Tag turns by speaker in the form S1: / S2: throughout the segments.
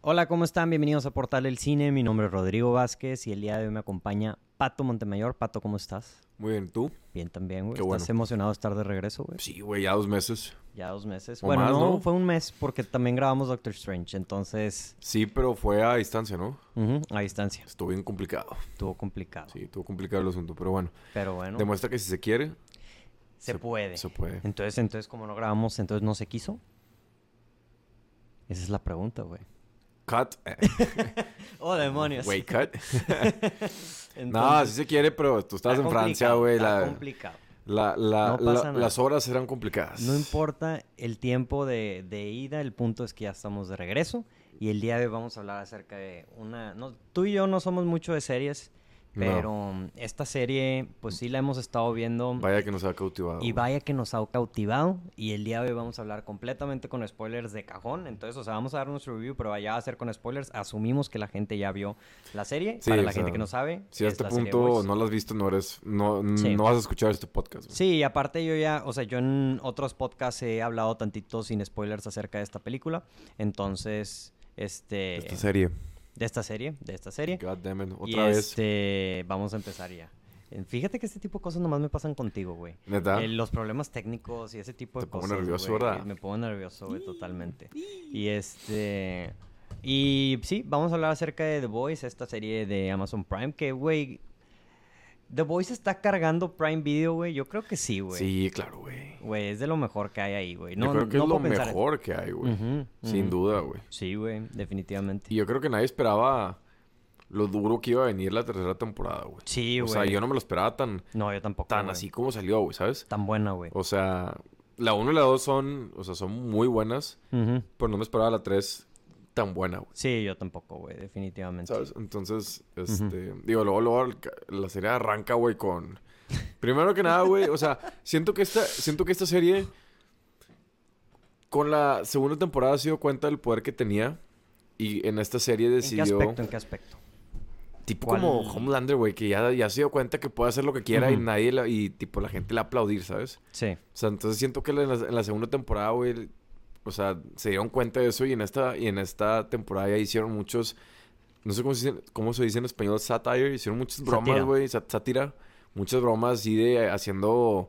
S1: Hola, ¿cómo están? Bienvenidos a Portal del Cine. Mi nombre es Rodrigo Vázquez y el día de hoy me acompaña Pato Montemayor. Pato, ¿cómo estás?
S2: Muy bien, ¿tú?
S1: Bien también, güey.
S2: Qué bueno.
S1: ¿Estás emocionado de estar de regreso, güey?
S2: Sí, güey, ya dos meses.
S1: Ya dos meses.
S2: O
S1: bueno,
S2: más,
S1: no,
S2: ¿no?
S1: fue un mes porque también grabamos Doctor Strange, entonces
S2: Sí, pero fue a distancia, ¿no?
S1: ujú, a distancia.
S2: Estuvo bien complicado.
S1: Estuvo complicado.
S2: Sí, estuvo complicado el asunto, pero bueno.
S1: Pero bueno,
S2: Demuestra que si se quiere,
S1: se,
S2: se-
S1: puede.
S2: se puede.
S1: Entonces, entonces, como no grabamos, entonces no se quiso. Esa es la pregunta, güey.
S2: cut. eh,
S1: Oh, demonios.
S2: Güey, cut. no,
S1: Entonces,
S2: sí se quiere, pero tú estás
S1: está
S2: en Francia,
S1: complicado,
S2: güey.
S1: está
S2: La,
S1: complicado.
S2: la- la-
S1: No
S2: la-
S1: pasa nada.
S2: las horas serán complicadas.
S1: No importa el tiempo de, de ida, el punto es que ya estamos de regreso y el día de hoy vamos a hablar acerca de una... no, tú y yo no somos mucho de series,
S2: No.
S1: pero mm, esta serie pues sí la hemos estado viendo
S2: Vaya que nos ha cautivado.
S1: y
S2: güey.
S1: vaya que nos ha cautivado y el día de hoy vamos a hablar completamente con spoilers de cajón, entonces o sea vamos a dar nuestro review pero allá va a ser con spoilers, asumimos que la gente ya vio la serie,
S2: Sí,
S1: para
S2: o
S1: la gente
S2: sea,
S1: que no sabe.
S2: Si a
S1: es
S2: este
S1: la serie
S2: punto
S1: Boys.
S2: no las has visto, no eres. No,
S1: Sí.
S2: no vas a escuchar este podcast. güey.
S1: Sí, y aparte yo ya, o sea, yo en otros podcasts he hablado tantito sin spoilers acerca de esta película. Entonces, este...
S2: Esta serie.
S1: De esta serie, de esta serie.
S2: God damn it.
S1: y
S2: Otra vez.
S1: este... Vamos a empezar ya. Eh, Fíjate que este tipo de cosas nomás me pasan contigo, güey.
S2: Neta.
S1: Eh, los problemas técnicos y ese tipo de
S2: Te pongo
S1: cosas.
S2: nervioso,
S1: güey,
S2: ¿verdad?
S1: Me pongo nervioso, güey, totalmente. Y este... Y sí, vamos a hablar acerca de The Voice, esta serie de Amazon Prime, que, güey... The Voice está cargando Prime Video, güey. Yo creo que sí, güey.
S2: Sí, claro, güey.
S1: Güey, es de lo mejor que hay ahí, güey.
S2: Yo
S1: No,
S2: creo que
S1: no
S2: es lo
S1: puedo pensar-
S2: mejor que hay, güey.
S1: Ujú,
S2: Sin
S1: ujú.
S2: duda, güey.
S1: Sí, güey, definitivamente.
S2: Y yo creo que nadie esperaba lo duro que iba a venir la tercera temporada, güey.
S1: Sí,
S2: O
S1: güey.
S2: sea, yo no me lo esperaba tan,
S1: No, yo tampoco.
S2: tan
S1: güey.
S2: así como salió, güey, ¿sabes?
S1: Tan buena, güey.
S2: O sea, la 1 y la 2 son, o sea, son muy buenas,
S1: Ujú.
S2: pero no me esperaba la 3 tan buena, güey.
S1: Sí, yo tampoco, güey, definitivamente.
S2: ¿Sabes? Entonces, este, digo, luego, luego el ca- la serie arranca, güey, con... Primero que nada, güey, o sea, siento que esta, siento que esta serie, con la segunda temporada se dio cuenta del poder que tenía y en esta serie
S1: ¿En qué
S2: decidió...
S1: aspecto? ¿En qué aspecto?
S2: Tipo
S1: ¿Cuál?
S2: como Homelander, güey, que ya, ya se dio cuenta que puede hacer lo que quiera y
S1: Ujú.
S2: nadie la- y tipo la gente le va a aplaudir, ¿sabes?
S1: Sí.
S2: O sea, entonces siento que en la, en la segunda temporada, güey, o sea, se dieron cuenta de eso y en esta, y en esta temporada ya hicieron muchos, no sé cómo se dice, cómo se dice en español, satire, hicieron muchas
S1: Sátira.
S2: bromas, güey, sá- sátira, muchas bromas así de haciendo,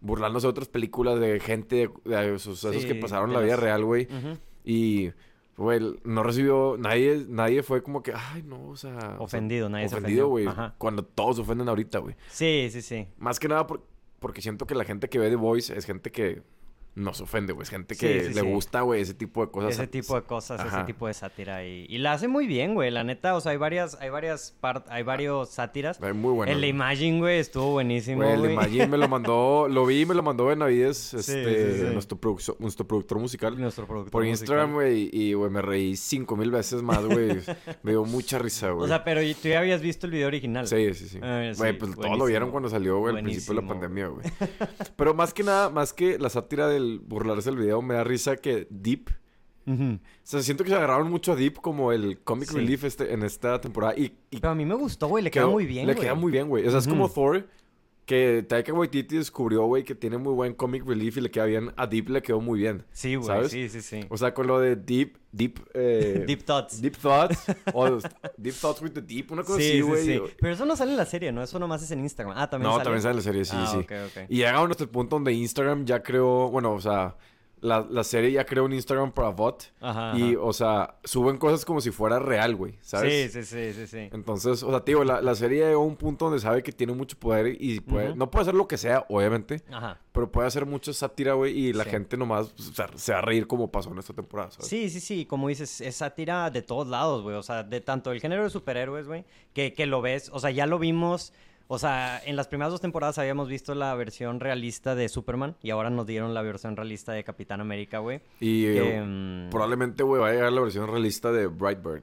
S2: burlándose de otras películas de gente, de, de sus- esos que
S1: Sí,
S2: pasaron
S1: de
S2: la vida
S1: las-
S2: real, güey.
S1: Ujú.
S2: Y, güey, no recibió... Nadie, nadie fie como que... Ay, no, o sea... o sea,
S1: Ofendido, nadie se
S2: Ofendido,
S1: ofendió.
S2: güey.
S1: Ajá.
S2: Cuando todos se ofenden ahorita, güey.
S1: Sí, sí, sí.
S2: Más que nada por- porque siento que la gente que ve The Voice es gente que no se ofende, güey. Es gente que
S1: Sí, sí,
S2: le
S1: sí.
S2: gusta, güey, ese tipo de cosas.
S1: ese tipo de cosas, ese
S2: Ajá.
S1: tipo de sátira. Y, y la hace muy bien, güey. La neta, o sea, hay varias, hay varias part- hay varios sátiras.
S2: Ay, Muy bueno.
S1: el de
S2: güey.
S1: Imagine, güey, estuvo buenísimo,
S2: Güey,
S1: güey.
S2: el de Imagine me lo mandó... Lo vi y me lo mandó Benavides, este...
S1: sí, sí.
S2: Nuestro, produc- nuestro productor musical.
S1: Nuestro productor
S2: por
S1: musical.
S2: Instagram, güey. Y, güey, me reí cinco mil veces más, güey. me dio mucha risa, güey.
S1: O sea, pero tú ya habías visto el video original.
S2: Sí, sí, sí.
S1: Ah,
S2: Güey,
S1: sí,
S2: pues todos lo
S1: buenísimo.
S2: vieron cuando salió, güey, al principio de la pandemia,
S1: Buenísimo,
S2: güey. Pero más que nada, más que la sátira del burlarse del video, me da risa que Deep.
S1: Ujú.
S2: O sea, siento que se agarraron mucho a Deep como el comic
S1: Sí.
S2: relief este, en esta temporada. Y, y
S1: Pero a mí me gustó, güey. Le queda
S2: quedó-
S1: muy bien,
S2: Le
S1: güey.
S2: queda muy bien, güey. O sea, es como
S1: Ujú.
S2: Thor, que Taika Waititi descubrió, güey, que tiene muy buen comic relief y le queda bien. A Deep le quedó muy bien.
S1: Sí, güey.
S2: ¿sabes?
S1: Sí, sí, sí.
S2: O sea, con lo de Deep, Deep... eh,
S1: Deep Thoughts.
S2: Deep Thoughts. o Deep Thoughts with the Deep. Una cosa
S1: sí,
S2: así,
S1: sí,
S2: güey.
S1: sí. Pero eso no sale en la serie, ¿no? Eso nomás es en Instagram. Ah, también
S2: No,
S1: sale.
S2: también sale la serie, sí,
S1: ah,
S2: sí.
S1: ok, ok.
S2: Y llegaron hasta el este punto donde Instagram ya creó, bueno, o sea, la, la serie ya creó un Instagram para bot.
S1: Ajá,
S2: Y,
S1: ajá.
S2: o sea, suben cosas como si fuera real, güey, ¿sabes?
S1: Sí, sí, sí, sí, sí.
S2: Entonces, o sea, tío, la, la serie llegó a un punto donde sabe que tiene mucho poder y puede,
S1: Ujú.
S2: no puede hacer lo que sea, obviamente,
S1: Ajá.
S2: pero puede hacer mucha sátira, güey, y la
S1: Sí.
S2: gente nomás o sea, se va a reír como pasó en esta temporada, ¿sabes?
S1: Sí, sí, sí, como dices, es sátira de todos lados, güey, o sea, de tanto el género de superhéroes, güey, que, que lo ves, o sea, ya lo vimos, o sea, en las primeras dos temporadas habíamos visto la versión realista de Superman y ahora nos dieron la versión realista de Capitán América, güey,
S2: Y
S1: que,
S2: eh,
S1: mm,
S2: probablemente, güey, va a llegar la versión realista de Brightburn.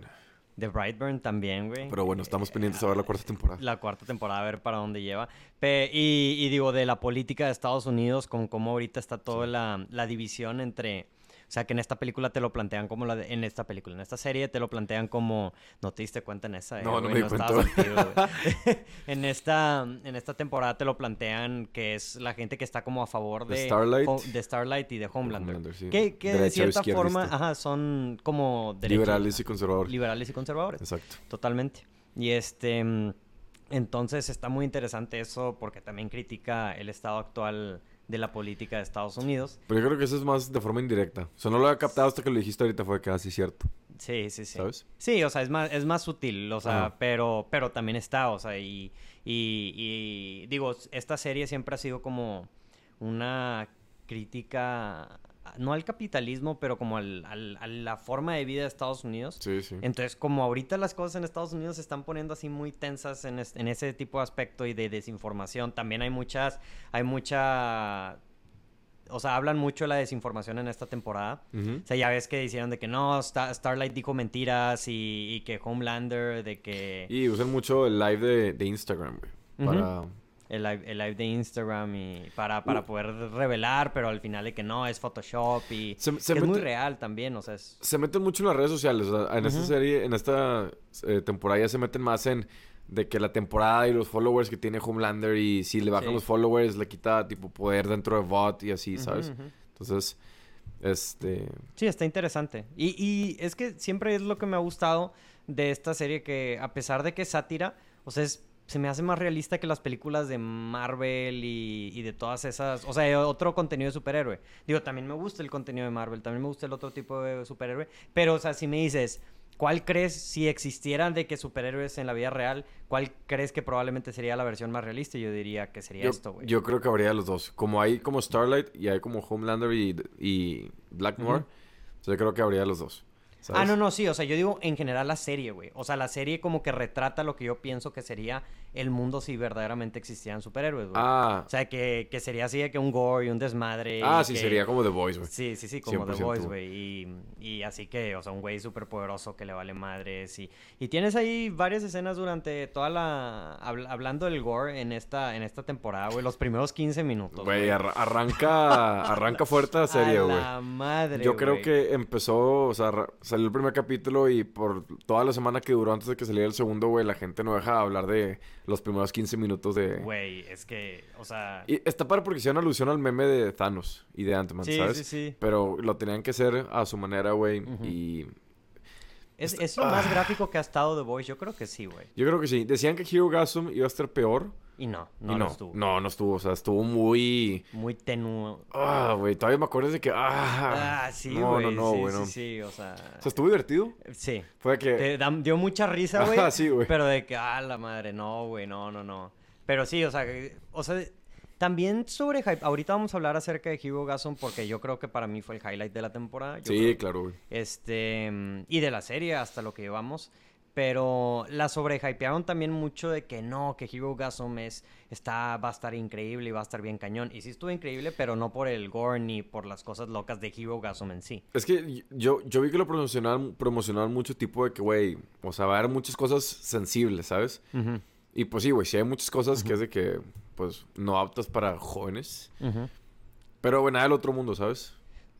S1: de Brightburn también, güey.
S2: Pero bueno, estamos pendientes a ver la cuarta temporada.
S1: eh, la cuarta temporada, a ver para dónde lleva. Pe- y, y digo, de la política de Estados Unidos, con cómo ahorita está toda la, la división entre... O sea, que en esta película te lo plantean como la de, en esta película, en esta serie te lo plantean como no te diste cuenta en esa, eh,
S2: No, no
S1: güey,
S2: me di cuenta,
S1: estabas
S2: güey.
S1: metido, güey. en esta en esta temporada te lo plantean que es la gente que está como a favor
S2: De
S1: de
S2: Starlight.
S1: Ho- de Starlight y de Homelander.
S2: Homelander, sí.
S1: Que, que de
S2: Derecha,
S1: cierta
S2: izquierdista.
S1: forma, ajá, son como derechos-
S2: Liberales y conservadores.
S1: liberales y conservadores.
S2: Exacto.
S1: Totalmente. Y este. mm, Entonces está muy interesante eso porque también critica el estado actual de la política de Estados Unidos.
S2: Pero yo creo que eso es más de forma indirecta. O sea, no lo había captado hasta que lo dijiste ahorita, fue casi cierto.
S1: Sí, sí, sí.
S2: ¿Sabes?
S1: Sí, o sea, es más, es más sutil, o sea,
S2: Ajá.
S1: pero, pero también está, o sea, y, y, y digo, esta serie siempre ha sido como una crítica, no al capitalismo, pero como al- al- a la forma de vida de Estados Unidos.
S2: Sí, sí.
S1: Entonces, como ahorita las cosas en Estados Unidos se están poniendo así muy tensas en, es- en ese tipo de aspecto y de desinformación, también hay muchas, hay mucha, o sea, hablan mucho de la desinformación en esta temporada.
S2: Ujú.
S1: O sea, ya ves que dijeron de que no, Sta- Starlight dijo mentiras y, y que Homelander, de que
S2: Y usan mucho el live de, de Instagram, güey.
S1: Ujú.
S2: Para.
S1: el, live, el live de Instagram y para,
S2: Uh.
S1: para poder revelar, pero al final de que no, es Photoshop y
S2: Se- se
S1: que es muy
S2: mete-
S1: real también, o sea, es...
S2: Se meten mucho en las redes sociales. o sea, en esta
S1: Ujú.
S2: serie, en esta eh, temporada ya se meten más en de que la temporada y los followers que tiene Homelander y si le bajan
S1: Sí.
S2: los followers le quita tipo poder dentro de bot y así, ¿sabes?
S1: Ujú, ujú.
S2: Entonces, este...
S1: Sí, está interesante. Y, y es que siempre es lo que me ha gustado de esta serie, que a pesar de que es sátira, o sea, es- se me hace más realista que las películas de Marvel y, y de todas esas, o sea, de otro contenido de superhéroe. Digo, también me gusta el contenido de Marvel, también me gusta el otro tipo de superhéroe, pero, o sea, si me dices... ¿Cuál crees, si existieran de que superhéroes en la vida real, cuál crees que probablemente sería la versión más realista? Yo diría que sería
S2: Yo,
S1: esto, güey.
S2: yo creo que habría los dos. Como hay como Starlight y hay como Homelander y, y Blackmore,
S1: Ujú.
S2: o sea, yo creo que habría los dos. ¿sabes?
S1: Ah, no, no, sí, o sea, yo digo en general la serie, güey. O sea, la serie como que retrata lo que yo pienso que sería el mundo si verdaderamente existieran superhéroes, güey.
S2: Ah,
S1: O sea, que, que sería así de que un gore y un desmadre.
S2: ah
S1: y
S2: sí,
S1: que-
S2: sería como The Voice, güey.
S1: Sí, sí, sí, como The
S2: 100%.
S1: Voice, güey. Y, y así que, o sea, un güey súper poderoso que le vale madres. Y, y tienes ahí varias escenas durante toda la. habl- hablando del gore en esta, en esta temporada, güey. Los primeros 15 minutos.
S2: Güey, arra- arranca, arranca fuerte la
S1: Pues,
S2: serie,
S1: A
S2: güey.
S1: la madre.
S2: Yo creo
S1: güey.
S2: que empezó, o sea, ra- salió el primer capítulo y por toda la semana que duró antes de que saliera el segundo, güey, la gente no deja de hablar de los primeros 15 minutos de...
S1: Güey, es que, o sea.
S2: Y está para porque hicieron alusión al meme de Thanos y de Ant-Man,
S1: Sí,
S2: ¿sabes?
S1: sí, sí.
S2: Pero lo tenían que hacer a su manera, güey.
S1: Ujú.
S2: Y
S1: ¿Es, es lo
S2: Ah.
S1: más gráfico que ha estado The Voice? Yo creo que sí, güey.
S2: yo creo que sí. Decían que Hero Gasm iba a estar peor.
S1: Y no,
S2: y
S1: no,
S2: no,
S1: lo estuvo.
S2: no, no estuvo. O sea, estuvo muy...
S1: Muy tenue.
S2: Ah, güey, todavía me acuerdo de que... Ah,
S1: Ah, sí,
S2: no,
S1: güey.
S2: No, no,
S1: sí,
S2: güey, no.
S1: sí, sí, o sea...
S2: O sea, estuvo divertido.
S1: Sí.
S2: Fue que...
S1: Te da- dio mucha risa, güey.
S2: Ajá, sí, güey.
S1: Pero de que, ah, la madre, no, güey, no, no, no. Pero sí, o sea, que- o sea, también sobre hype. Ahorita vamos a hablar acerca de Hugo Gasson porque yo creo que para mí fue el highlight de la temporada. Yo
S2: Sí,
S1: creo-
S2: claro, güey.
S1: Este, mm, y de la serie hasta lo que llevamos. Pero la sobrehypearon también mucho de que no, que Hero Gasm es, está, va a estar increíble y va a estar bien cañón. Y sí estuvo increíble, pero no por el gore ni por las cosas locas de Hero Gasm en sí.
S2: Es que yo, yo vi que lo promocionaban, promocionaban mucho tipo de que, güey, o sea, va a haber muchas cosas sensibles, ¿sabes? Y pues sí, güey, sí hay muchas cosas que es de que, pues, no aptas para jóvenes. Pero, güey, nada del otro mundo, ¿sabes?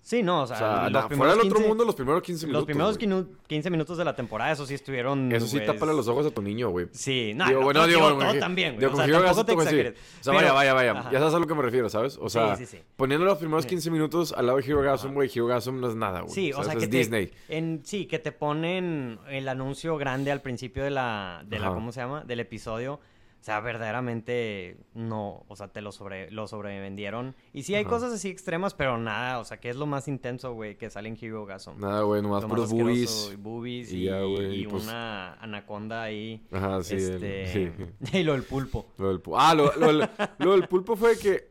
S1: Sí, no, o
S2: O
S1: sea,
S2: sea,
S1: los
S2: na- fuera
S1: primeros
S2: del otro
S1: 15
S2: mundo los primeros 15 minutos.
S1: los primeros
S2: güey.
S1: 15 15 minutos de la temporada, eso sí estuvieron.
S2: Eso sí,
S1: güey,
S2: tápale los ojos a tu niño, güey.
S1: Sí, no,
S2: Digo,
S1: no,
S2: bueno,
S1: no,
S2: digo,
S1: digo,
S2: güey,
S1: todo
S2: que-
S1: también, güey.
S2: digo,
S1: O sea,
S2: con Hero
S1: tampoco
S2: Gasset,
S1: te
S2: güey, sí.
S1: exageres.
S2: O sea,
S1: Pero-
S2: vaya, vaya, vaya.
S1: Ajá.
S2: Ya sabes a lo que me refiero, ¿sabes? O sea,
S1: Sí, sí, sí.
S2: poniendo los primeros 15 minutos al lado de Hero Gasm, güey, Hero Gasm no es nada, güey.
S1: Sí, o
S2: ¿sabes?
S1: sea, que
S2: es
S1: te,
S2: Disney.
S1: En, sí, que te ponen el anuncio grande al principio de la, de la
S2: Ajá.
S1: ¿cómo se llama? Del episodio. O sea, verdaderamente no, o sea, te lo, sobre, lo sobrevendieron. Y sí hay
S2: Ajá.
S1: cosas así extremas, pero nada, o sea, que es lo más intenso, güey, que sale en Hero Gasm.
S2: Nada, güey, nomás
S1: Lo
S2: por los
S1: asqueroso,
S2: boobies.
S1: y boobies
S2: Y
S1: y,
S2: ya, güey,
S1: y
S2: pues-
S1: una anaconda ahí.
S2: Ajá, sí. el-
S1: este,
S2: sí.
S1: Y lo del pulpo.
S2: Lo del pulpo. Ah, lo, lo del- lo del pulpo fue que.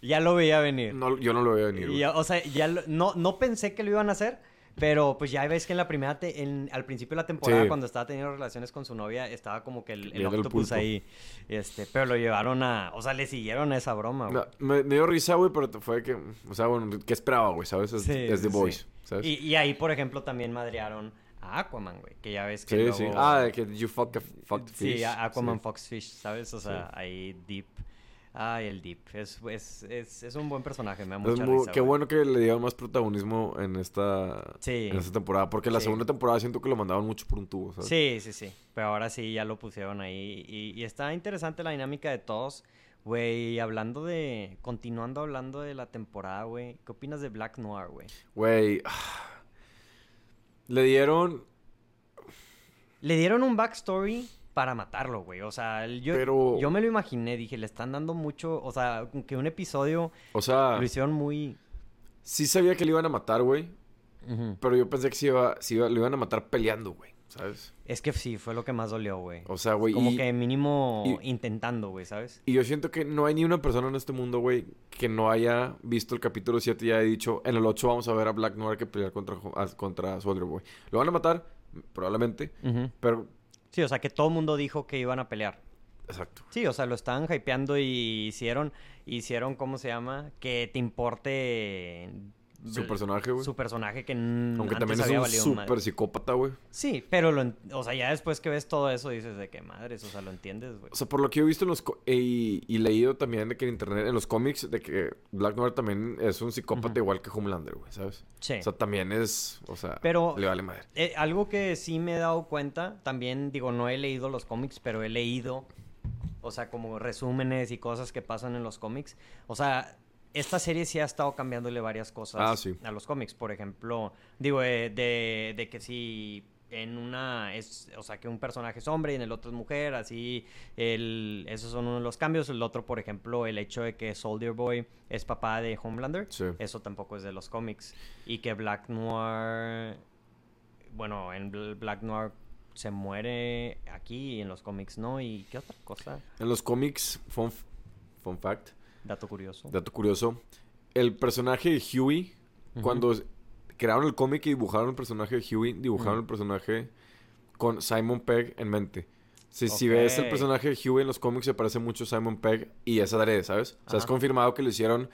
S1: Ya lo veía venir.
S2: No, yo no lo veo venir. güey.
S1: Y, o sea, ya lo- no, no pensé que lo iban a hacer, pero pues ya ves que en la primera, te- en- al principio de la temporada,
S2: Sí.
S1: cuando estaba teniendo relaciones con su novia, estaba como que el, el
S2: Viendo el
S1: octopus
S2: pulpo.
S1: ahí. Este, pero lo llevaron a, o sea, le siguieron a esa broma. güey.
S2: No, me, me dio risa, güey, pero fue que. O sea, bueno, ¿qué esperaba, güey? ¿Sabes? Es,
S1: Sí,
S2: es The
S1: sí,
S2: Voice.
S1: sí.
S2: ¿Sabes?
S1: Y, y ahí, por ejemplo, también madrearon a Aquaman, güey, que ya ves que
S2: sí,
S1: luego-
S2: sí. Ah, de que you fuck a fucked
S1: Sí,
S2: fish.
S1: a- Aquaman
S2: Sí.
S1: Fox Fish, ¿sabes? O sea, ahí deep. Ay, el Deep. Es, es, es, es un buen personaje, me da
S2: Es
S1: mucha
S2: muy-
S1: risa,
S2: qué
S1: güey.
S2: bueno que le dieron más protagonismo en esta,
S1: Sí.
S2: en esta temporada. Porque la
S1: Sí.
S2: segunda temporada siento que lo mandaban mucho por un tubo, ¿sabes?
S1: Sí, sí, sí. Pero ahora sí ya lo pusieron ahí. Y, y está interesante la dinámica de todos. Güey, hablando de. Continuando hablando de la temporada, güey. ¿Qué opinas de Black Noir, güey?
S2: Güey. ah. Le dieron.
S1: Le dieron un backstory para matarlo, güey. O sea, el- yo,
S2: Pero-
S1: yo me lo imaginé. Dije, le están dando mucho. O sea, como que un episodio
S2: O sea,
S1: lo hicieron muy.
S2: sí sabía que le iban a matar, güey.
S1: Ujú.
S2: Pero yo pensé que sí iba, sí iba- lo iban a matar peleando, güey. ¿Sabes?
S1: Es que sí, fue lo que más dolió, güey.
S2: O sea, güey.
S1: como
S2: y-
S1: que mínimo
S2: y-
S1: intentando, güey, ¿sabes?
S2: Y yo siento que no hay ni una persona en este mundo, güey, que no haya visto el capítulo 7 y haya dicho, en el 8 vamos a ver a Black Noir que pelear contra, Jo- ah, contra Soldier Boy. Lo van a matar, probablemente,
S1: Ujú.
S2: pero...
S1: Sí, o sea, que todo el mundo dijo que iban a pelear.
S2: Exacto.
S1: Sí, o sea, lo estaban hypeando y hicieron, hicieron, ¿cómo se llama? Que te importe
S2: Su
S1: el-
S2: personaje, güey.
S1: su personaje que n-
S2: Aunque
S1: antes
S2: también es
S1: había
S2: un
S1: valido
S2: súper
S1: madre.
S2: psicópata, güey.
S1: Sí, pero lo, en- o sea, ya después que ves todo eso dices de qué madres, o sea, lo entiendes, güey.
S2: O sea, por lo que yo he visto en los co- eh, y, y leído también de que en internet, en los cómics, de que Black Noir también es un psicópata
S1: Ujú.
S2: igual que Homelander, güey, ¿sabes?
S1: Sí.
S2: O sea, también es, o sea,
S1: Pero-
S2: le vale madre.
S1: Eh, algo que sí me he dado cuenta, también digo, no he leído los cómics, pero he leído, o sea, como resúmenes y cosas que pasan en los cómics. O sea, esta serie sí ha estado cambiándole varias cosas
S2: Ah, sí.
S1: a los cómics. Por ejemplo, digo, eh, de, de que si en una es, o sea, que un personaje es hombre y en el otro es mujer, así, el, esos son uno de los cambios. El otro, por ejemplo, el hecho de que Soldier Boy es papá de Homelander,
S2: Sí.
S1: eso tampoco es de los cómics. Y que Black Noir bueno, en Bl- Black Noir se muere aquí y en los cómics no. ¿Y qué otra cosa?
S2: En los cómics, fun, f- fun fact,
S1: Dato curioso.
S2: Dato curioso. El personaje de Huey, cuando s- crearon el cómic y dibujaron el personaje de Huey, dibujaron
S1: Ujú.
S2: el personaje con Simon Pegg en mente. Si, si ves el
S1: Ok.
S2: personaje de Huey en los cómics, se parece mucho a Simon Pegg y esa tarea, ¿sabes? O sea, es
S1: Ajá.
S2: confirmado que lo hicieron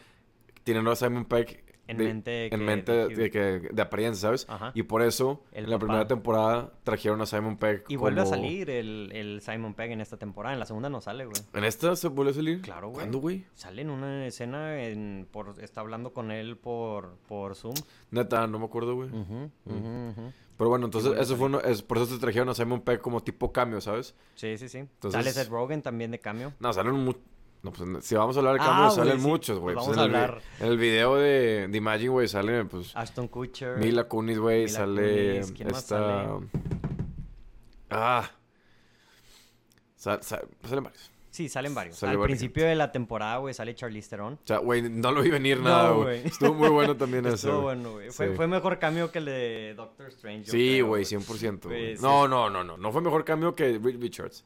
S2: teniendo a Simon Pegg
S1: En
S2: de-
S1: mente de
S2: en
S1: que-
S2: mente
S1: de
S2: de,
S1: Huey.
S2: que- de apariencia, ¿sabes?
S1: Ajá.
S2: Y por eso,
S1: El
S2: en la
S1: papá.
S2: primera temporada, trajeron a Simon Pegg.
S1: y vuelve
S2: como-
S1: a salir el, el Simon Pegg en esta temporada. En la segunda no sale, güey.
S2: ¿En esta se vuelve a salir?
S1: Claro, güey.
S2: ¿Cuándo, güey?
S1: Sale en una escena, en, por, está hablando con él por, por Zoom.
S2: Neta, no me acuerdo, güey.
S1: Ujú, ujú, ujú.
S2: Pero bueno, entonces
S1: vuelve a
S2: eso fue uno- es, por eso te trajeron a Simon Pegg como tipo cambio, ¿sabes?
S1: Sí, sí, sí.
S2: Entonces-
S1: Sale Seth Rogen también de cambio.
S2: No, salen muchos. No, pues si vamos a hablar de
S1: Ah,
S2: cambios,
S1: güey,
S2: salen
S1: sí.
S2: muchos, güey.
S1: Pues
S2: Pues,
S1: vamos
S2: en
S1: a
S2: el vi-
S1: hablar.
S2: En el video de, de Imagine, güey, sale pues
S1: Ashton Kutcher.
S2: Mila Kunis, güey,
S1: Mila
S2: sale
S1: Kunis, ¿quién más
S2: esta
S1: sale?
S2: Ah. Sal- sal- pues, salen varios.
S1: Sí, salen varios.
S2: Sale
S1: Al
S2: varias
S1: principio de la temporada, güey, sale Charlize Theron.
S2: O sea, güey, no lo vi venir
S1: No,
S2: nada, güey.
S1: güey.
S2: Estuvo muy bueno también eso.
S1: Estuvo bueno, güey. Fue,
S2: Sí.
S1: fue mejor cambio que el de Doctor Strange. yo
S2: Sí,
S1: creo,
S2: güey, 100%. güey.
S1: Güey, sí.
S2: No, no, no, no. No fue mejor cambio que Reed Richards.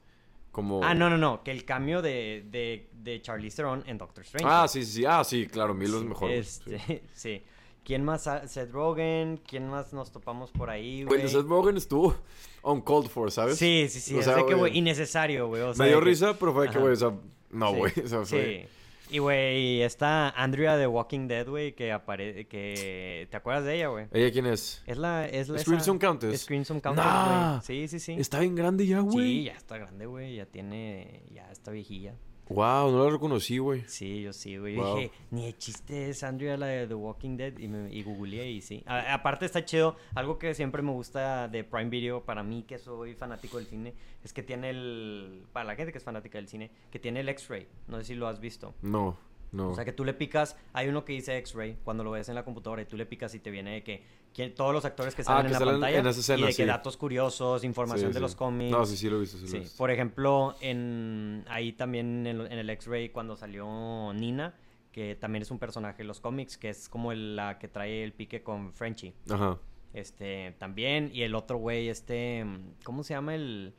S2: Como
S1: Ah, no, no, no. Que el cambio de, de, de Charlize Theron en Doctor Strange.
S2: Ah,
S1: güey.
S2: sí, sí, sí. Ah, sí, claro, Milo es
S1: Sí,
S2: mejor. güey. Sí.
S1: este, sí. ¿Quién más? Ah, Seth Rogen. ¿Quién más nos topamos por ahí,
S2: Güey,
S1: güey?
S2: el de Seth Rogen estuvo on called for, ¿sabes?
S1: Sí, sí, sí.
S2: O
S1: O
S2: sea,
S1: que,
S2: güey,
S1: güey, innecesario, güey. O sea,
S2: me dio
S1: de que-
S2: risa, pero fue que,
S1: Ajá.
S2: güey, o sea, no,
S1: Sí,
S2: güey. O sea, fue...
S1: Sí. Y, güey, está Andrea de Walking Dead, güey, que aparece... Que... ¿Te acuerdas de ella, güey?
S2: ¿Ella quién es?
S1: Es la... Es la
S2: Scream
S1: esa-
S2: Some Countess.
S1: Scream Some Countess, güey.
S2: Nah.
S1: Sí, sí, sí.
S2: Está bien grande ya,
S1: Sí,
S2: güey.
S1: ya está grande, güey. Ya tiene... Ya está viejilla.
S2: Wow, no la reconocí, güey.
S1: Sí, yo sí, güey.
S2: Wow.
S1: Yo dije, ni de chiste es Andrea la de The Walking Dead y, me, y googleé y sí. A- aparte está chido, algo que siempre me gusta de Prime Video, para mí que soy fanático del cine, es que tiene el, para la gente que es fanática del cine, que tiene el X-Ray, no sé si lo has visto.
S2: No, no.
S1: O sea que tú le picas, hay uno que dice X-Ray cuando lo ves en la computadora y tú le picas y te viene de que quién- todos los actores que
S2: Ah,
S1: salen
S2: que
S1: en la
S2: salen
S1: pantalla
S2: en esa escena,
S1: y de
S2: sí.
S1: que datos curiosos, información
S2: Sí,
S1: de
S2: sí.
S1: los cómics.
S2: No, sí, sí lo he visto, sí, lo he
S1: Sí,
S2: visto.
S1: por ejemplo, en, ahí también en, lo- en el X-Ray cuando salió Nina, que también es un personaje de los cómics, que es como el- la que trae el pique con Frenchy.
S2: Ajá.
S1: Este, también, y el otro güey, este, ¿cómo se llama el...?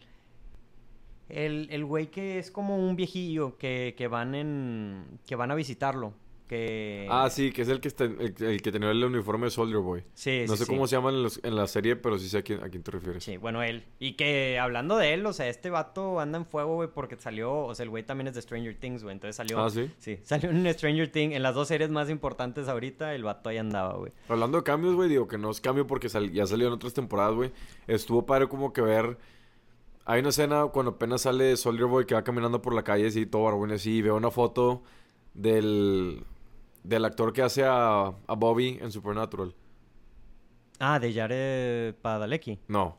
S1: El, el güey que es como un viejillo que, que van en... que van a visitarlo, que...
S2: Ah, sí, que es el que, está, el, el que tenía el uniforme de Soldier Boy.
S1: Sí,
S2: no
S1: sí,
S2: sé
S1: sí.
S2: cómo se llaman en, los- en la serie, pero sí sé a quién, a quién te refieres.
S1: Sí, bueno, él. Y que hablando de él, o sea, este vato anda en fuego, güey, porque salió, o sea, el güey también es de Stranger Things, güey, entonces salió...
S2: Ah, ¿sí?
S1: Sí, salió en Stranger Things, en las dos series más importantes ahorita, el vato ahí andaba, güey.
S2: Hablando de cambios, güey, digo que no es cambio porque sal- ya salió en otras temporadas, güey. Estuvo padre como que ver Hay una escena cuando apenas sale Soldier Boy que va caminando por la calle así, todo barbón y así, y veo una foto del, del actor que hace a, a Bobby en Supernatural.
S1: Ah, de Jared Padalecki.
S2: No,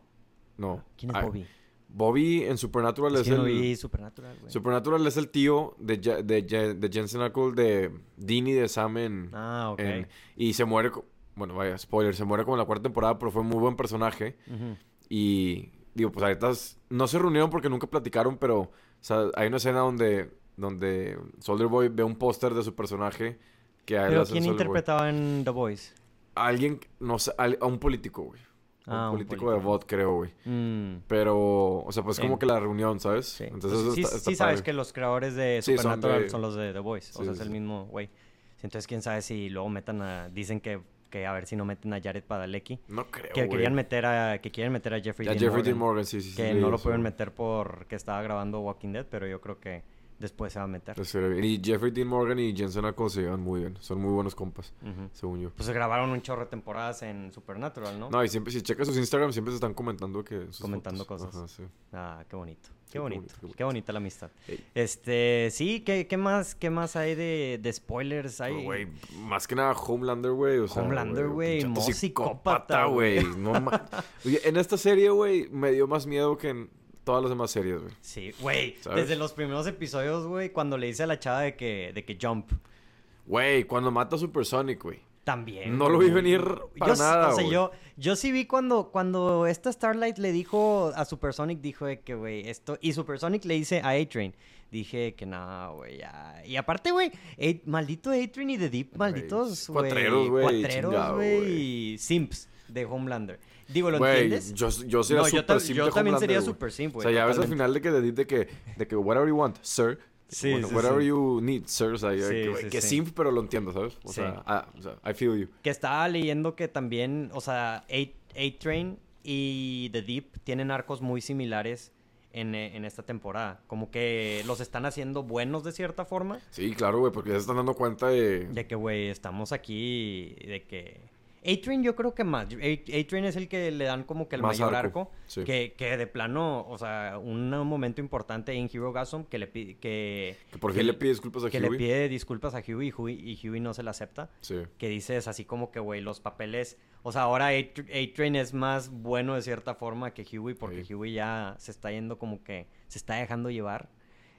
S2: no.
S1: ¿Quién es
S2: Ay,
S1: Bobby?
S2: Bobby en Supernatural Ah, es,
S1: Es que no
S2: el...
S1: vi Supernatural, güey.
S2: Supernatural es el tío de, Ja- de, Ja- de Jensen Ackles de Dean y de Sam en...
S1: Ah, ok.
S2: en- y se muere... co- Bueno, vaya, spoiler. Se muere como en la cuarta temporada, pero fue muy buen personaje.
S1: Ujú.
S2: Y digo, pues ahorita s- no se reunieron porque nunca platicaron, pero o sea, hay una escena donde, donde Soldier Boy ve un póster de su personaje que a él
S1: Pero
S2: hace en
S1: ¿quién
S2: Soldier Boy.
S1: interpretaba en The Voice?
S2: Alguien, no sé, al- a un político, güey.
S1: Ah,
S2: A un
S1: un
S2: político, de
S1: político.
S2: bot, creo, güey.
S1: Mm,
S2: Pero, o sea, pues
S1: Sí.
S2: como que la reunión, ¿sabes?
S1: sí.
S2: Entonces,
S1: Pues
S2: eso
S1: sí,
S2: está- está
S1: sí sabes
S2: padre.
S1: que los creadores de
S2: Sí, son
S1: Supernatural son,
S2: de-
S1: los de The Voice.
S2: Sí,
S1: o sea, es
S2: sí,
S1: el
S2: sí.
S1: mismo güey. Sí, Entonces, quién sabe si luego metan a... Dicen que, que a ver si no meten a Jared Padalecki.
S2: No creo,
S1: Que
S2: Eh, güey.
S1: querían meter a... Que quieren meter a Jeffrey,
S2: A
S1: Dean,
S2: Jeffrey
S1: Morgan,
S2: Dean Morgan, sí, sí, sí.
S1: Que
S2: leí
S1: no lo
S2: eso.
S1: pueden meter porque estaba grabando Walking Dead, pero yo creo que después se va a meter.
S2: Pues, pero- Y Jeffrey Dean Morgan y Jensen Ackles se llevan muy bien. Son muy buenos compas,
S1: Ujú.
S2: según yo.
S1: Pues se grabaron un chorro de temporadas en Supernatural, ¿no?
S2: No, y siempre, si checas sus Instagram, siempre se están comentando que... sus
S1: Comentando
S2: fotos.
S1: cosas.
S2: Ajá, sí.
S1: Ah, qué bonito.
S2: qué
S1: Qué bonito.
S2: bonito, qué
S1: Qué,
S2: bonito.
S1: bonita la amistad.
S2: Ey.
S1: Este, sí, ¿qué, qué más, qué más hay de, de spoilers?
S2: Pero,
S1: Hay...
S2: Pues, Güey, más que nada Homelander, güey. O sea,
S1: Homelander, güey,
S2: pinche este
S1: mo'
S2: psicópata,
S1: psicópata,
S2: güey. No ma- Oye, en esta serie, güey, me dio más miedo que en todas las demás series, güey.
S1: Sí, güey.
S2: ¿Sabes?
S1: Desde los primeros episodios, güey, cuando le dice a la chava de que, de que jump.
S2: Güey, cuando mata a Supersonic, güey.
S1: También.
S2: No lo
S1: güey.
S2: vi venir para
S1: yo, sí-
S2: nada,
S1: o sea,
S2: güey.
S1: yo, yo sí vi cuando, cuando esta Starlight le dijo a Supersonic, dijo de que, güey, esto... Y Supersonic le dice a A-Train. Dije que no, güey, ya. Y aparte, güey, A- maldito A-Train y The Deep, malditos, güey.
S2: cuatreros, güey,
S1: cuatreros,
S2: chingado,
S1: güey. Y simps de Homelander. Digo, ¿lo
S2: Güey,
S1: entiendes?
S2: yo, yo sería
S1: No, yo
S2: super
S1: tam-
S2: simp
S1: yo
S2: de
S1: también sería
S2: Homelander, güey.
S1: super simp,
S2: O
S1: güey,
S2: sea, ya ves al
S1: totalmente.
S2: final de que de, de que de que whatever you want, sir.
S1: Sí,
S2: Bueno,
S1: sí,
S2: whatever
S1: sí.
S2: you need, sir. O sea, ya
S1: Sí,
S2: que,
S1: sí,
S2: que
S1: sí.
S2: simp, pero lo entiendo, ¿sabes? O,
S1: Sí.
S2: sea, ah, o sea, I feel you.
S1: Que estaba leyendo que también, o sea, A-Train y The Deep tienen arcos muy similares en, eh, en esta temporada. Como que los están haciendo buenos de cierta forma.
S2: Sí, claro, güey, porque ya se están dando cuenta de...
S1: De que, güey, estamos aquí, de que... A-Train yo creo que más. A- A-Train es el que le dan como que el
S2: Más
S1: mayor
S2: arco,
S1: arco.
S2: sí.
S1: que, que de plano, o sea, un, momento importante en Hero Gasm que le pide... Que,
S2: que ¿Por
S1: que
S2: qué le pide disculpas a
S1: que
S2: Huey?
S1: le pide disculpas a Huey y Huey, y Huey no se la acepta.
S2: Sí.
S1: que dices así como que, güey, los papeles... O sea, ahora A- A-Train es más bueno de cierta forma que Huey, porque
S2: Sí.
S1: Huey ya se está yendo como que... Se está dejando llevar.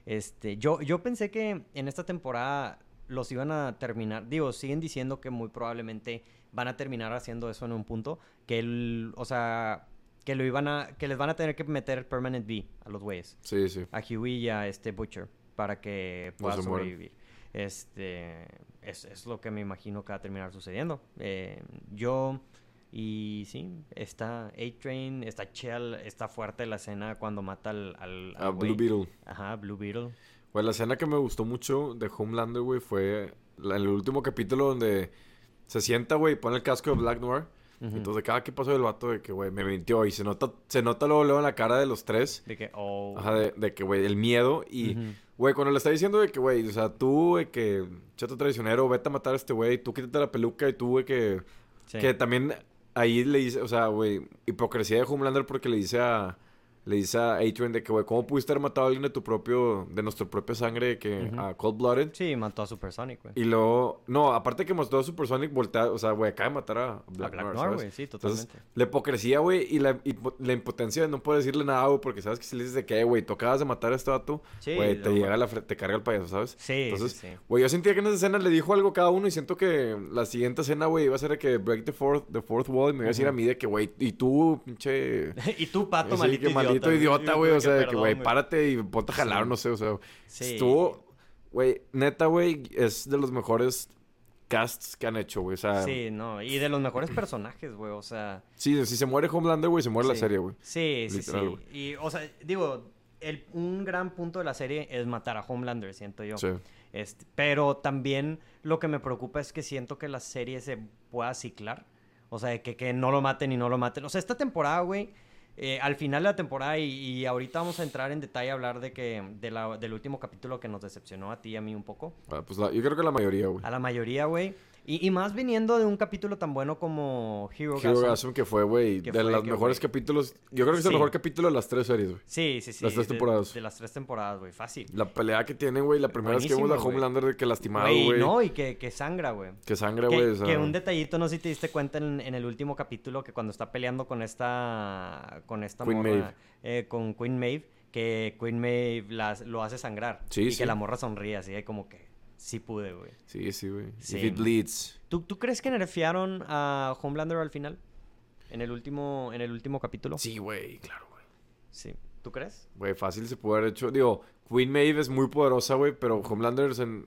S1: Este, yo, yo pensé que en esta temporada los iban a terminar... Digo, siguen diciendo que muy probablemente van a terminar haciendo eso en un punto. Que el... O sea, que lo iban a... Que les van a tener que meter Permanent B a los güeyes
S2: Sí, sí.
S1: a Huey y a este Butcher para que
S2: No
S1: pueda
S2: se mueran.
S1: sobrevivir. Este es, es lo que me imagino que va a terminar sucediendo. Eh, yo y sí, está A-Train, está Chell, está fuerte la escena cuando mata al, al, al
S2: A
S1: Ah,
S2: Blue
S1: güey.
S2: Beetle.
S1: Ajá, Blue Beetle.
S2: Güey, la escena que me gustó mucho de Homelander, güey, fue la- el último capítulo donde se sienta, güey, pone el casco de Black Noir.
S1: Ujú.
S2: Entonces, cada que pasó del vato de que, güey, me mintió. Y se nota, se nota luego, luego en la cara de los tres.
S1: De que, oh.
S2: Ajá, de, de que, güey, el miedo. Y,
S1: Ujú.
S2: güey, cuando le está diciendo de que, güey, o sea, tú, de que, chato traicionero, vete a matar a este güey. Tú quítate la peluca y tú, güey, que...
S1: sí.
S2: Que también ahí le dice, o sea, güey, hipocresía de Homelander porque le dice a. Le dice a Adrian de que, güey, ¿cómo pudiste haber matado a alguien de tu propio. de nuestra propia sangre de que.
S1: Ujú.
S2: a Cold Blooded?
S1: Sí, mató a Supersonic, güey.
S2: Y luego. No, aparte que mostró a Supersonic voltea, o sea, güey, acaba de matar a
S1: A
S2: Black,
S1: Black
S2: Noir,
S1: Noir,
S2: ¿sabes?
S1: güey, sí,
S2: Entonces,
S1: totalmente.
S2: la hipocresía, güey, y la, hipo- la impotencia de no poder decirle nada, güey, porque sabes que si le dices de que, güey, tú acabas de matar a este vato,
S1: Sí,
S2: güey, te
S1: lo-
S2: llega la fre- te carga el payaso, ¿sabes?
S1: Sí,
S2: Entonces,
S1: sí, sí.
S2: güey, yo sentía que en esa escena le dijo algo cada uno y siento que la siguiente escena, güey, iba a ser de que break the fourth, the fourth wall y me iba a decir a mí de que, güey, y tú, pinche...
S1: y tú, pato,
S2: así
S1: maldito
S2: que
S1: idiota.
S2: maldito
S1: güey.
S2: idiota, güey, o sea, de que,
S1: perdón,
S2: güey, párate y ponte a jalar,
S1: Sí.
S2: no sé, o sea,
S1: Sí.
S2: estuvo... Güey, neta, güey, es de los mejores casts que han hecho, güey, o sea...
S1: Sí, no, y de los mejores personajes, güey, o sea...
S2: Sí, si se muere Homelander, güey, se muere la
S1: Sí.
S2: serie, güey.
S1: Sí, sí,
S2: Literal,
S1: sí. Y, o sea, digo, el- un gran punto de la serie es matar a Homelander, siento yo.
S2: Sí.
S1: Este, pero también lo que me preocupa es que siento que la serie se pueda ciclar. O sea, que, que no lo maten y no lo maten. O sea, esta temporada, güey, eh, al final de la temporada y, y ahorita vamos a entrar en detalle a hablar de que de la- del último capítulo que nos decepcionó a ti y a mí un poco.
S2: Ah, pues la- yo creo que la mayoría, güey.
S1: A la mayoría, güey. Y, y más viniendo de un capítulo tan bueno como Hero,
S2: Hero Gasm que fue, güey,
S1: Que
S2: de
S1: fue,
S2: los
S1: que,
S2: mejores
S1: güey.
S2: capítulos. Yo creo que es el
S1: Sí.
S2: mejor capítulo de las tres series, güey.
S1: Sí, sí, sí.
S2: Las tres
S1: de-
S2: temporadas.
S1: De, las tres temporadas, güey. Fácil.
S2: La pelea que tienen, güey, la primera vez que vimos la
S1: Buenísimo, güey.
S2: Homelander de que lastimado,
S1: Güey,
S2: güey.
S1: no, y que, que sangra, güey.
S2: Que sangre,
S1: Que,
S2: güey. o sea,
S1: que un detallito, no sé si te diste cuenta en, en el último capítulo que cuando está peleando con esta. Con esta
S2: Queen
S1: morra.
S2: Maeve.
S1: eh, con Queen Maeve, que Queen Maeve las- lo hace sangrar.
S2: Sí,
S1: y
S2: sí.
S1: que la morra sonríe así, de como que sí pude, güey.
S2: Sí, sí, güey.
S1: Sí.
S2: If it bleeds.
S1: ¿Tú, tú crees que nerfearon a Homelander al final? En el último, en el último capítulo.
S2: Sí, güey, claro, güey.
S1: Sí. ¿Tú crees?
S2: Güey, fácil se puede haber hecho. Digo, Queen Maeve es muy poderosa, güey, pero Homelander o sea, n-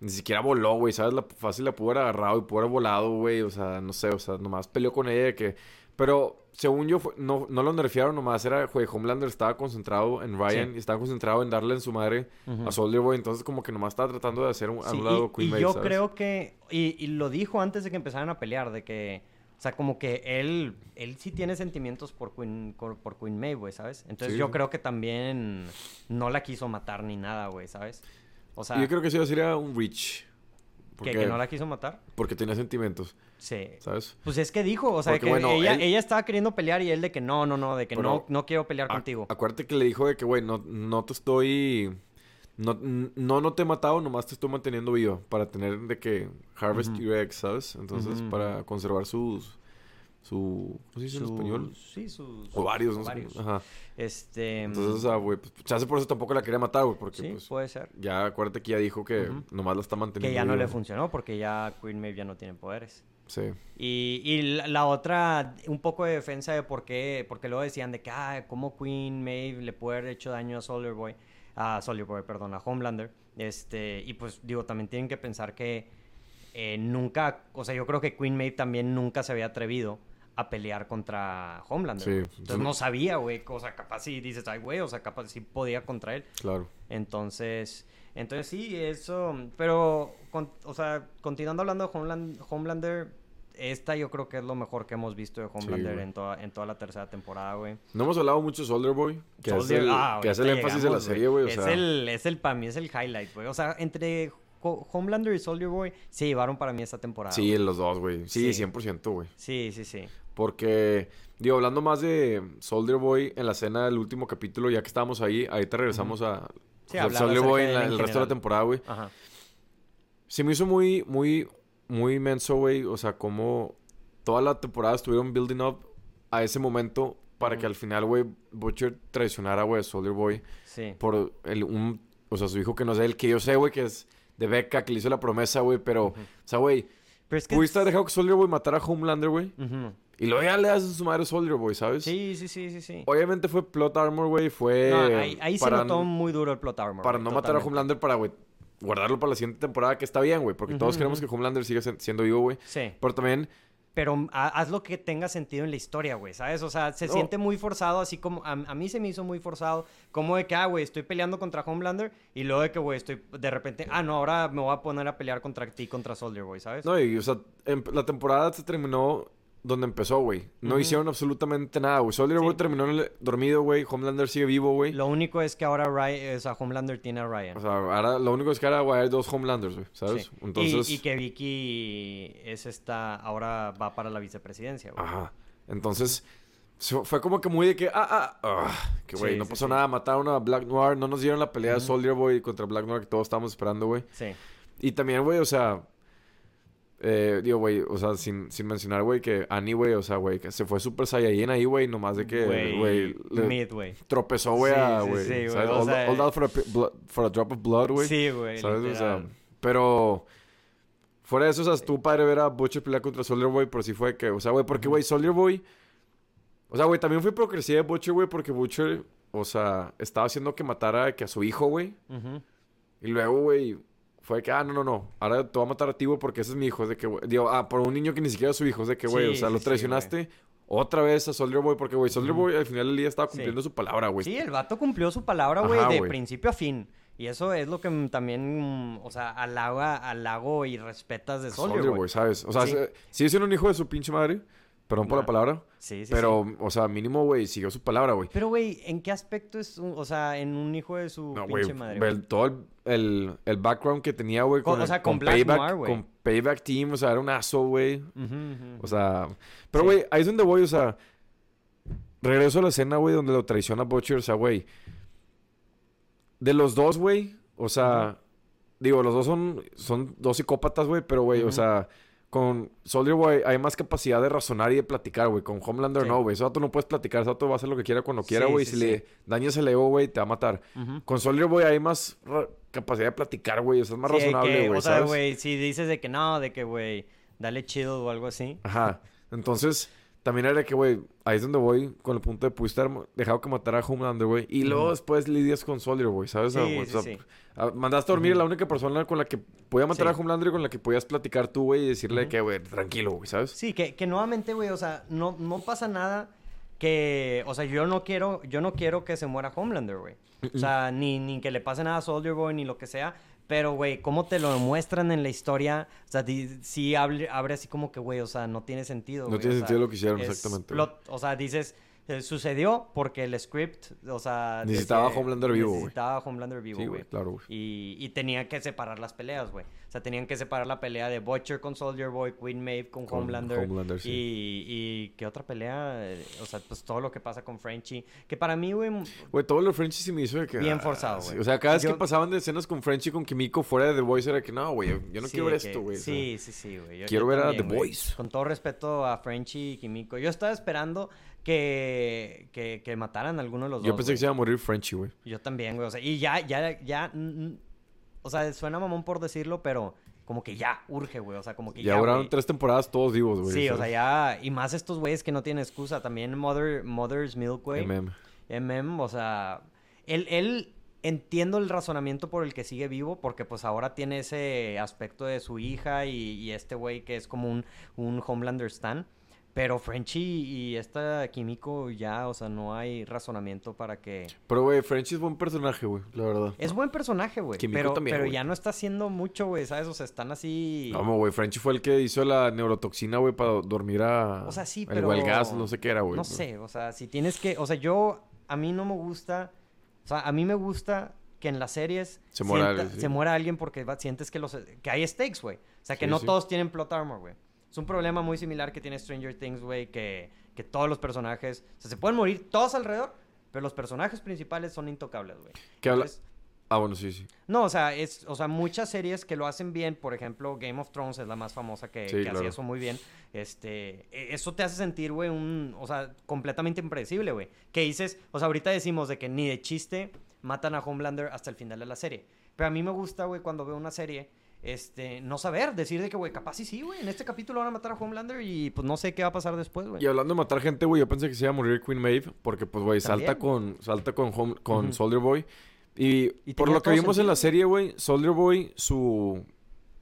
S2: ni siquiera voló, güey, ¿sabes? La, fácil la pudo haber agarrado y pudo haber volado, güey. O sea, no sé, o sea, nomás peleó con ella de que... Pero, según yo, fue- no, no lo nerfearon nomás. Era, güey, Homelander estaba concentrado en Ryan
S1: Sí.
S2: y estaba concentrado en darle en su madre
S1: Ujú.
S2: a Soldier Boy. Entonces, como que nomás estaba tratando de hacer un, a
S1: Sí,
S2: un lado
S1: y,
S2: Queen
S1: y
S2: Maeve,
S1: yo
S2: ¿sabes?
S1: creo que, y, y lo dijo antes de que empezaran a pelear, de que, o sea, como que él, él sí tiene sentimientos por Queen, por, por Queen May, güey, ¿sabes? Entonces
S2: Sí,
S1: yo
S2: sí.
S1: creo que también no la quiso matar ni nada, güey, ¿sabes? O sea,
S2: Yo creo que sí sería un Reach.
S1: que,
S2: Porque,
S1: que no la quiso matar.
S2: porque tenía sentimientos,
S1: Sí.
S2: ¿sabes?
S1: Pues es que dijo, o sea,
S2: Porque,
S1: que
S2: bueno,
S1: ella,
S2: él-
S1: ella estaba queriendo pelear y él de que no, no, no, de que no,
S2: Pero-
S1: no quiero pelear
S2: Ac-
S1: contigo.
S2: Acuérdate que le dijo de que, güey, no, no te estoy. No, n- no, no te he matado, nomás te estoy manteniendo vivo. Para tener de que harvest
S1: Ujú.
S2: your eggs, ¿sabes? Entonces,
S1: Ujú,
S2: para conservar sus. Su, ¿Cómo se dice en
S1: Sus-
S2: español?
S1: Sí, sus...
S2: Ovarios, no sé.
S1: varios.
S2: cómo- Ajá.
S1: Este...
S2: Entonces, o sea, güey, pues, chance por eso tampoco la quería matar, güey, porque
S1: sí,
S2: pues.
S1: puede ser.
S2: Ya acuérdate que ya dijo que
S1: Ujú.
S2: nomás la está manteniendo.
S1: Que ya no le
S2: viva.
S1: funcionó porque ya Queen Maeve ya no tiene poderes.
S2: Sí.
S1: Y, y la, la otra, un poco de defensa de por qué, porque luego decían de que, ah, cómo Queen Maeve le puede haber hecho daño a Soldier Boy, a Soldier Boy, perdón, a Homelander. Este, y pues digo, también tienen que pensar que eh, nunca, o sea, yo creo que Queen Maeve también nunca se había atrevido a pelear contra Homelander.
S2: Sí,
S1: güey.
S2: pues,
S1: Entonces
S2: no-
S1: no sabía, güey, o sea, capaz si dices, ay, güey, o sea, capaz si podía contra él.
S2: Claro.
S1: Entonces, entonces sí, eso. Pero, con- o sea, continuando hablando de Homeland- Homelander, esta yo creo que es lo mejor que hemos visto de Homelander
S2: güey.
S1: en, toda, en toda la tercera temporada, güey.
S2: No hemos hablado mucho de Soldier Boy. Que
S1: Soldier-
S2: es el,
S1: ah,
S2: que es el
S1: ahorita
S2: énfasis de la
S1: llegamos,
S2: serie, güey. O
S1: es,
S2: sea,
S1: el, es el, para mí es el highlight, güey. O sea, entre Ho- Homelander y Soldier Boy se llevaron para mí esta temporada.
S2: sí,
S1: güey.
S2: los dos, güey.
S1: Sí.
S2: Sí, 100%, güey.
S1: sí, sí, sí.
S2: Porque, digo, hablando más de Soldier Boy en la escena del último capítulo, ya que estábamos ahí, ahí te regresamos a
S1: Sí,
S2: a
S1: hablar
S2: Soldier
S1: acerca
S2: Boy
S1: de
S2: en
S1: él
S2: la-
S1: en
S2: el resto de
S1: general.
S2: la temporada, güey.
S1: Ajá.
S2: Se me hizo muy, muy, muy inmenso, güey. O sea, como toda la temporada estuvieron building up a ese momento para que al final, güey, Butcher traicionara, güey, a Soldier Boy
S1: Sí.
S2: por el, un, o sea, su hijo que no sé, el que yo sé, güey, que es de Becca, que le hizo la promesa, güey, pero, o sea, güey,
S1: Pero es que.
S2: pudiste haber dejado que Soldier Boy matara a Homelander, güey.
S1: Ujú.
S2: Y luego ya le das a su madre a Soldier Boy, ¿sabes?
S1: Sí, sí, sí, sí, sí.
S2: Obviamente fue plot armor, güey. Fue
S1: No, ahí ahí
S2: para,
S1: se notó muy duro el plot armor.
S2: para
S1: güey,
S2: no matar a
S1: totalmente.
S2: Homelander, para, güey, guardarlo para la siguiente temporada, que está bien, güey. Porque todos
S1: Ujú,
S2: queremos que Homelander siga sen- siendo vivo, güey.
S1: Sí.
S2: Pero también,
S1: pero ha- haz lo que tenga sentido en la historia, güey, ¿sabes? O sea, se
S2: No.
S1: siente muy forzado, así como a, a mí se me hizo muy forzado, como de que, ah, güey, estoy peleando contra Homelander y luego de que, güey, estoy de repente, ah, no, ahora me voy a poner a pelear contra ti, contra Soldier Boy, ¿sabes?
S2: no, y, o sea, em- la temporada se terminó donde empezó, güey. No
S1: Ujú.
S2: hicieron absolutamente nada, güey. Soldier
S1: Sí.
S2: Boy terminó en el- dormido, güey. Homelander sigue vivo, güey.
S1: Lo único es que ahora Ryan, o sea, Homelander tiene a Ryan.
S2: O sea, ahora lo único es que ahora, güey, hay dos Homelanders, güey, ¿sabes?
S1: Sí. Y-
S2: Entonces.
S1: Y, que Vicky es esta, ahora va para la vicepresidencia, güey.
S2: Ajá. Entonces, se- fue como que muy de que, ah, ah, ah, que güey,
S1: Sí,
S2: no
S1: sí,
S2: pasó
S1: sí.
S2: nada, mataron a Black Noir, no nos dieron la pelea de Soldier Boy contra Black Noir que todos estábamos esperando, güey.
S1: Sí.
S2: Y también, güey, o sea, eh, digo, güey, o sea, sin, sin mencionar, güey, que Annie, güey, o sea, güey, que se fue Super Saiyajin ahí, güey, nomás de que, güey, le
S1: Midway.
S2: tropezó, güey,
S1: Sí,
S2: a,
S1: sí,
S2: güey,
S1: sí, güey,
S2: ¿sabes?
S1: o
S2: All,
S1: sea, eh.
S2: all that for a, pi- blood- for a drop of blood, güey.
S1: Sí, güey.
S2: ¿Sabes? O sea,
S1: literal.
S2: pero fuera de eso, o sea, estuvo padre ver a Butcher pelear contra Soldier Boy, pero sí fue que, o sea, güey, porque, güey, Soldier Boy, o sea, güey, también fue hipocresía de Butcher, güey, porque Butcher, o sea, estaba haciendo que matara que a su hijo, güey,
S1: Ujú.
S2: y luego, güey, fue que, ah, no, no, no, ahora te voy a matar a ti, güey, porque ese es mi hijo, es de que, güey, digo, ah, por un niño que ni siquiera es su hijo, es de que, güey,
S1: Sí,
S2: o sea,
S1: sí,
S2: lo
S1: sí,
S2: traicionaste otra vez a Soldier Boy, porque, güey, Soldier Boy al final del día estaba cumpliendo su palabra, güey.
S1: Sí, el vato cumplió su palabra, güey,
S2: Ajá,
S1: de
S2: güey.
S1: principio a fin. Y eso es lo que mm, también, mm, o sea, halaga, halago y respetas de
S2: Soldier,
S1: Soldier,
S2: Boy,
S1: güey.
S2: ¿sabes? O sea,
S1: Sí.
S2: si sigue siendo un hijo de su pinche madre, Perdón por
S1: Nah.
S2: la palabra.
S1: Sí, sí.
S2: pero,
S1: sí.
S2: o sea, mínimo, güey, siguió su palabra, güey.
S1: Pero, güey, ¿en qué aspecto es un. O sea, en un hijo de su
S2: No, güey.
S1: Uh, pinche madre?
S2: ve
S1: güey?
S2: el- todo el, el, el background que tenía, güey.
S1: Con-
S2: Con,
S1: o
S2: el-
S1: sea, con Black
S2: payback,
S1: Noir, güey.
S2: Con Payback Team, o sea, era un aso, güey.
S1: Ujú, ujú.
S2: O sea, pero
S1: Sí.
S2: güey, ahí es donde voy, o sea, regreso a la escena, güey, donde lo traiciona Butcher, o sea, güey. De los dos, güey, o sea, digo, los dos son, son dos psicópatas, güey, pero güey,
S1: Ujú.
S2: o sea, con Soldier Boy hay más capacidad de razonar y de platicar, güey. Con Homelander
S1: Sí.
S2: no, güey. Ese vato no puedes platicar, ese vato va a hacer lo que quiera cuando
S1: Sí,
S2: quiera, güey.
S1: sí,
S2: si
S1: sí.
S2: le dañas el ego, güey, te va a matar.
S1: Ujú.
S2: Con Soldier Boy hay más ra- capacidad de platicar, güey. O sea, es más
S1: Sí, de
S2: razonable,
S1: que,
S2: güey.
S1: O sea,
S2: ¿sabes?
S1: güey, si dices de que no, de que, güey, dale chido o algo así.
S2: Ajá. Entonces, también era que, güey, ahí es donde voy con el punto de pudiste haber dejado que matara a Homelander, güey. Y luego después lidias con Soldier, güey, ¿sabes?
S1: Sí,
S2: Ah, güey, o
S1: sí,
S2: sea,
S1: sí.
S2: ah, Mandaste a dormir a la única persona con la que podía matar
S1: Sí.
S2: a Homelander y con la que podías platicar tú, güey, y decirle que, güey, tranquilo, güey, ¿sabes?
S1: Sí, que, que nuevamente, güey, o sea, no, no pasa nada que, o sea, yo no quiero, yo no quiero que se muera Homelander, güey. O sea, ni, ni que le pase nada a Soldier Boy, ni lo que sea. Pero, güey, ¿cómo te lo muestran en la historia? O sea, di- sí hable- abre así como que, güey, o sea, no tiene sentido.
S2: No
S1: güey,
S2: tiene
S1: o
S2: sentido
S1: sea,
S2: lo que hicieron,
S1: es
S2: exactamente,
S1: plot- o sea, dices, eh, sucedió porque el script, o sea...
S2: Necesitaba
S1: decía-
S2: a Homelander vivo, güey.
S1: Necesitaba a Homelander vivo,
S2: Sí,
S1: güey.
S2: güey, claro, güey.
S1: Y, y tenían que separar las peleas, güey. O sea, tenían que separar la pelea de Butcher con Soldier Boy, Queen Maeve con,
S2: Con
S1: Homelander.
S2: Homelander, sí.
S1: y, y qué otra pelea, Eh, o sea, pues todo lo que pasa con Frenchie. Que para mí, güey, m-
S2: Güey, todo lo de Frenchie se me hizo de que.
S1: Bien
S2: ah,
S1: forzado,
S2: sí.
S1: güey.
S2: O sea, cada vez
S1: Yo-
S2: que pasaban de escenas con Frenchie y con Kimiko fuera de The Voice era que, no, güey, yo no
S1: sí,
S2: quiero ver
S1: de que-
S2: esto, güey. o sea.
S1: Sí, sí, sí, güey. Yo-
S2: Quiero
S1: yo
S2: ver a
S1: también,
S2: The
S1: güey.
S2: Boys.
S1: Con todo respeto a Frenchie y Kimiko. Yo estaba esperando que, que, que mataran a alguno de los
S2: Yo
S1: dos.
S2: pensé
S1: güey.
S2: que se iba a morir Frenchie, güey.
S1: Yo también, güey. O sea, y ya, ya, ya. mm, mm, o sea, suena mamón por decirlo, pero como que ya urge, güey. O sea, como que
S2: Ya
S1: ya.
S2: duraron
S1: güey.
S2: tres temporadas todos vivos, güey.
S1: Sí, o sea,
S2: ¿sabes?
S1: ya. Y más estos güeyes que no tienen excusa. También Mother, Mother's Milk, güey.
S2: MM.
S1: MM, o sea. Él, él entiendo el razonamiento por el que sigue vivo, porque pues ahora tiene ese aspecto de su hija y, y este güey que es como un, un Homelander Stan. Pero Frenchy y esta Kimiko ya, o sea, no hay razonamiento para que.
S2: Pero, güey, French es buen personaje, güey, la verdad.
S1: Es buen personaje, güey.
S2: Kimiko
S1: Pero,
S2: también,
S1: pero
S2: güey.
S1: ya no está haciendo mucho, güey, ¿sabes? O sea, están así.
S2: No, güey, Frenchy fue el que hizo la neurotoxina, güey, para dormir a...
S1: O sea, sí,
S2: el
S1: pero-
S2: Walgas, no sé qué era, güey.
S1: No sé, o sea, si tienes que. O sea, yo. A mí no me gusta. O sea, a mí me gusta que en las series.
S2: Se muera
S1: sienta-
S2: alguien, sí.
S1: se muera alguien porque va- sientes que, los, que hay stakes, güey. O sea, que
S2: Sí,
S1: no
S2: sí.
S1: todos tienen plot armor, güey. Es un problema muy similar que tiene Stranger Things, güey, que, que todos los personajes. O sea, se pueden morir todos alrededor, pero los personajes principales son intocables, güey.
S2: ¿Qué habla-
S1: Entonces,
S2: Ah, bueno, sí, sí.
S1: No, o sea, es, o sea, muchas series que lo hacen bien, por ejemplo, Game of Thrones es la más famosa que,
S2: Sí,
S1: que
S2: claro.
S1: hacía eso muy bien. Este, e- eso te hace sentir, güey, un, o sea, completamente impredecible, güey. Que dices, o sea, ahorita decimos de que ni de chiste matan a Homelander hasta el final de la serie. Pero a mí me gusta, güey, cuando veo una serie, este, no saber, decir de que, güey, capaz sí, sí, güey, en este capítulo van a matar a Homelander y pues no sé qué va a pasar después, güey.
S2: Y hablando de matar gente, güey, yo pensé que se iba a morir Queen Maeve. Porque, pues, güey, salta con, salta con, Home- con
S1: Ujú.
S2: Soldier Boy. Y,
S1: Y
S2: por
S1: tenía
S2: lo que
S1: todo
S2: vimos en
S1: sentido.
S2: la serie, güey, Soldier Boy, su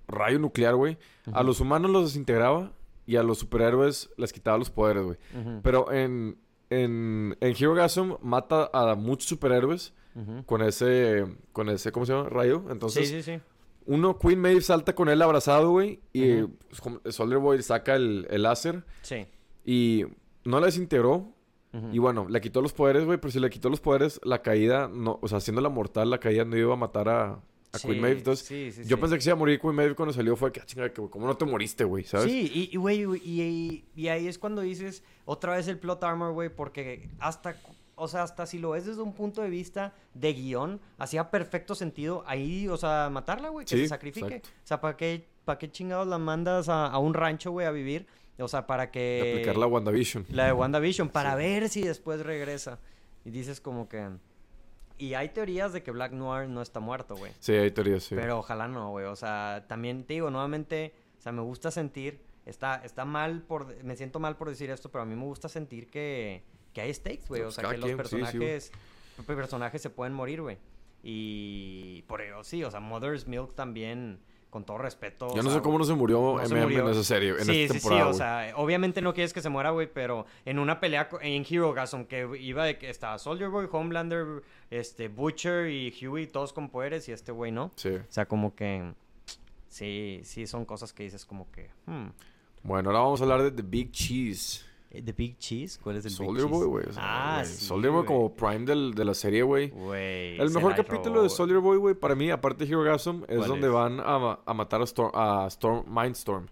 S2: rayo nuclear, güey, a los humanos los desintegraba y a los superhéroes les quitaba los poderes, güey.
S1: Ujú,
S2: Pero en, en, en Hero Gasm mata a muchos superhéroes
S1: ujú.
S2: con ese, con ese, ¿cómo se llama? Rayo. Entonces,
S1: sí, sí, sí.
S2: uno, Queen Maeve salta con él abrazado, güey. Y
S1: Ujú.
S2: Sol- Soldier Boy saca el, el láser
S1: Sí.
S2: y no la desintegró.
S1: ujú.
S2: Y bueno, le quitó los poderes, güey. Pero si le quitó los poderes, la caída, no, o sea, haciéndola mortal, la caída no iba a matar a, a
S1: Sí,
S2: Queen Maeve. Entonces,
S1: sí, sí,
S2: yo
S1: sí.
S2: pensé que se iba a morir Queen Maeve cuando salió. Fue que, "Ah, chinga, que, güey, ¿cómo no te moriste, güey? ¿Sabes?
S1: Sí, y- y, güey, y, y- y ahí es cuando dices otra vez el plot armor, güey, porque hasta, cu- o sea, hasta si lo ves desde un punto de vista de guión, hacía perfecto sentido ahí, o sea, matarla, güey, que
S2: Sí,
S1: se sacrifique.
S2: exacto.
S1: O sea, ¿para qué, para qué chingados la mandas a, a un rancho, güey, a vivir? O sea, para
S2: De
S1: que...
S2: aplicar la WandaVision.
S1: eh, La de WandaVision, para ver si después regresa. Y dices como que... Y hay teorías de que Black Noir no está muerto, güey.
S2: Sí, hay teorías, sí.
S1: Pero ojalá no, güey. O sea, también te digo, nuevamente, o sea, me gusta sentir, está, está mal por, de- me siento mal por decir esto, pero a mí me gusta sentir que, que hay stakes, güey.
S2: No,
S1: O
S2: pues,
S1: sea,
S2: cada
S1: que los
S2: quien, sí, sí, güey.
S1: personajes, los personajes se pueden morir, güey. Y por ello, sí, o sea, Mother's Milk también, con todo respeto. o
S2: Yo no
S1: sea,
S2: sé cómo no se murió
S1: no se
S2: MM en
S1: murió.
S2: esa serie, en
S1: sí,
S2: esta
S1: sí, sí,
S2: temporada.
S1: o
S2: güey.
S1: sea, obviamente no quieres que se muera, güey, pero en una pelea co- en Hero Gasm que iba de que estaba Soldier Boy, Homelander, este Butcher y Huey todos con poderes y este güey no.
S2: Sí.
S1: O sea, como que sí, sí son cosas que dices como que hmm.
S2: Bueno, ahora vamos a hablar de The Big Cheese.
S1: ¿The Eh, Big Cheese? ¿Cuál es el
S2: Soldier
S1: Big
S2: Boy,
S1: Cheese?
S2: güey. o sea,
S1: Ah,
S2: güey.
S1: sí,
S2: Soldier Boy
S1: güey.
S2: como prime del- de la serie, güey.
S1: Güey,
S2: El
S1: se
S2: mejor
S1: la
S2: capítulo
S1: robó,
S2: de
S1: güey.
S2: Soldier Boy, güey, para mí, aparte de Herogasm, es
S1: ¿Cuál
S2: donde
S1: es?
S2: van a, ma- a matar a Storm, a Storm, Mindstorm.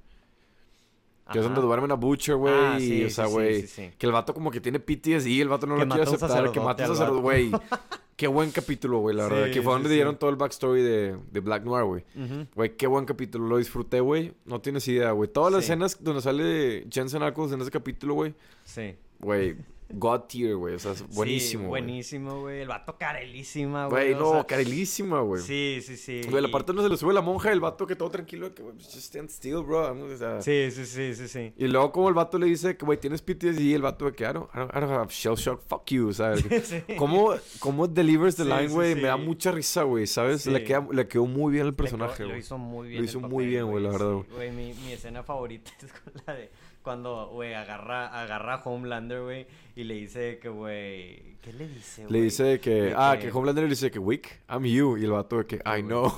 S2: Que es
S1: Ajá.
S2: donde duermen a Butcher, güey.
S1: Ah,
S2: y,
S1: sí,
S2: o sea,
S1: sí, sí,
S2: güey.
S1: sí, sí.
S2: Que el vato como que tiene PTSD, el vato no
S1: Que
S2: lo quiere
S1: mata a un
S2: aceptar. Que mata a un
S1: sacerdote
S2: sacerdote, güey. Qué buen capítulo, güey, la verdad.
S1: Sí,
S2: Que fue
S1: sí,
S2: donde
S1: sí.
S2: dieron todo el backstory de, de Black Noir, güey.
S1: Ujú.
S2: Güey, qué buen capítulo. Lo disfruté, güey. No tienes idea, güey. Todas las
S1: Sí.
S2: escenas donde sale Jensen Ackles en ese capítulo, güey.
S1: Sí.
S2: Güey, God tier, güey. O sea, es
S1: Sí,
S2: buenísimo, güey.
S1: buenísimo, güey. El vato carelísima, güey.
S2: Güey,
S1: o
S2: no,
S1: sea,
S2: carilísima, güey.
S1: Sí, sí, sí.
S2: Güey, la parte donde se le sube la monja y el vato que todo tranquilo, que, güey, pues, just stand still, bro. O sea,
S1: Sí, sí, sí, sí, sí.
S2: Y luego como el vato le dice que, güey, tienes PTSD y el vato de que, I don't, I don't- I don't have shell shock, fuck you, ¿sabes?
S1: Sí.
S2: ¿Cómo, ¿Cómo delivers the
S1: Sí,
S2: line,
S1: sí,
S2: güey?
S1: sí.
S2: Me da mucha risa, güey, ¿sabes?
S1: Sí.
S2: Le, queda, le quedó muy bien el personaje,
S1: Le- Lo
S2: güey.
S1: hizo muy bien.
S2: Lo
S1: el
S2: hizo muy
S1: papel,
S2: bien, güey, la verdad,
S1: sí, güey. mi, mi escena favorita es con la de cuando, güey, agarra, agarra a Homelander, güey, y le dice que, güey. ¿Qué le dice, güey?
S2: Le dice que,
S1: De
S2: ah,
S1: que-
S2: que Homelander le dice que, Wick, I'm you. Y el vato de que, I know.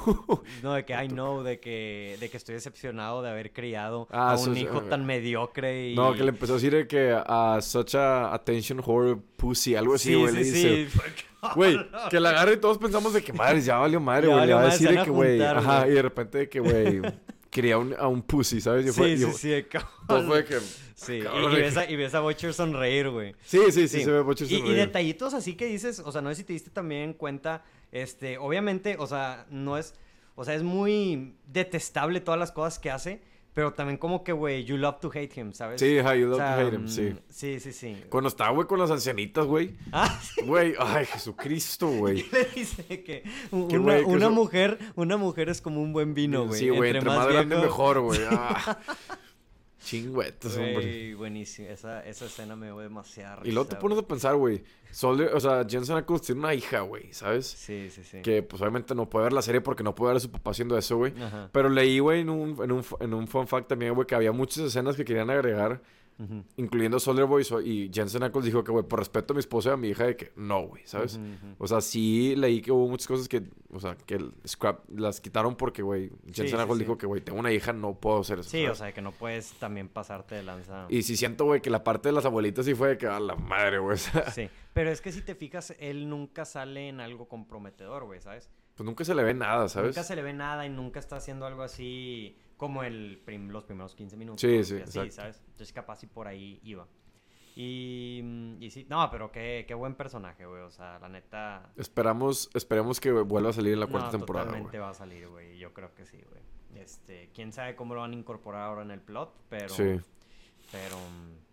S1: No, de que I know, de que, de que estoy decepcionado de haber criado
S2: Ah,
S1: a un
S2: eso es-
S1: hijo tan mediocre y.
S2: No, que le empezó a decir de que, ah, such a attention whore pussy, algo así, güey, le dice. Güey, que la agarre y todos pensamos de que madre, ya valió madre,
S1: Ya
S2: güey. Le
S1: valió
S2: va a
S1: madre,
S2: decir
S1: se
S2: de
S1: van a
S2: que, güey.
S1: juntar,
S2: Ajá,
S1: güey.
S2: y de repente de que, güey, quería un- a un pussy, ¿sabes? Yo
S1: Sí,
S2: fue-
S1: sí,
S2: yo-
S1: sí, de
S2: todo
S1: cabrón.
S2: fue de que.
S1: Sí, y-
S2: cabrón,
S1: y,
S2: de
S1: ves
S2: que-
S1: a, y ves a Butcher sonreír, güey.
S2: Sí, sí, sí, se ve mucho
S1: y, y
S2: sonreír.
S1: detallitos así que dices, o sea, no sé si te diste también cuenta, este, obviamente, o sea, no es, o sea, es muy detestable todas las cosas que hace, pero también como que, güey, you love to hate him, ¿sabes?
S2: Sí, ajá, you
S1: O
S2: love
S1: sea,
S2: to hate him,
S1: mm,
S2: sí.
S1: Sí, sí, sí.
S2: Cuando estaba, güey, con las ancianitas, güey.
S1: Ah,
S2: Güey, ay, Jesucristo, güey.
S1: le dice que una,
S2: Que, güey, que
S1: una
S2: eso-
S1: mujer, una mujer es como un buen vino, güey.
S2: Sí, güey, entre, más, grande,
S1: viejo-
S2: mejor, güey. Ah. Chingüetos, hombre.
S1: Güey, buenísimo. Esa, esa escena me dio demasiada risa.
S2: Y luego te pones
S1: güey.
S2: a pensar, güey. Soldier, o sea, Jensen Ackles tiene una hija, güey, ¿sabes?
S1: Sí, sí, sí.
S2: Que pues obviamente no puede ver la serie porque no puede ver a su papá haciendo eso, güey.
S1: Ajá.
S2: Pero leí, güey, en un, en, un, fu- en un fun fact también, güey, que había muchas escenas que querían agregar,
S1: Ujú.
S2: incluyendo Soldier Boy. so- y Jensen Ackles dijo que, güey, por respeto a mi esposa y a mi hija, de que no, güey, ¿sabes?
S1: Ujú, ujú.
S2: O sea, sí leí que hubo muchas cosas que, o sea, que el scrap las quitaron porque, güey, Jensen
S1: sí,
S2: Ackles
S1: sí.
S2: dijo que, güey, tengo una hija, no puedo hacer eso.
S1: Sí, o
S2: ¿sabes?
S1: sea, que no puedes también pasarte de lanza.
S2: Y sí siento, güey, que la parte de las abuelitas sí fue de que, a la madre, güey. o sea,
S1: Sí, pero es que si te fijas, él nunca sale en algo comprometedor, güey, ¿sabes?
S2: pues nunca se le ve nada, ¿sabes?
S1: Nunca se le ve nada y nunca está haciendo algo así como el prim- los primeros 15 minutos.
S2: Sí,
S1: y
S2: sí,
S1: así,
S2: exacto.
S1: ¿sabes? Entonces capaz y por ahí iba. Y, mm, y sí, no, pero qué, qué buen personaje, güey, o sea, la neta...
S2: Esperamos, esperemos que vuelva a salir en la cuarta
S1: no,
S2: temporada, güey.
S1: totalmente va a salir, güey, yo creo que sí, güey. Este, quién sabe cómo lo van a incorporar ahora en el plot, pero...
S2: Sí.
S1: Pero. mm,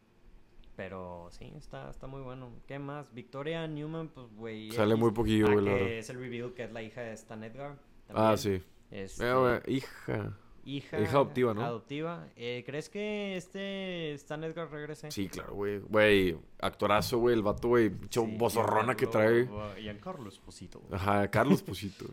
S1: Pero sí, está, está muy bueno. ¿Qué más? Victoria Newman, pues, güey.
S2: Sale
S1: X.
S2: muy poquillo,
S1: Ah,
S2: güey, la
S1: que
S2: verdad.
S1: Es el reveal que es la hija de Stan Edgar.
S2: Ah,
S1: también.
S2: sí.
S1: Este,
S2: Mira, güey, hija.
S1: hija,
S2: hija adoptiva, ¿no?
S1: Adoptiva. Eh, ¿Crees que este Stan Edgar regrese?
S2: Sí, claro, güey. Güey, actorazo, güey. El vato, güey, pinche
S1: Sí,
S2: bozorrona que trae.
S1: Giancarlo- Giancarlo Esposito.
S2: Ajá, Carlos Pusito.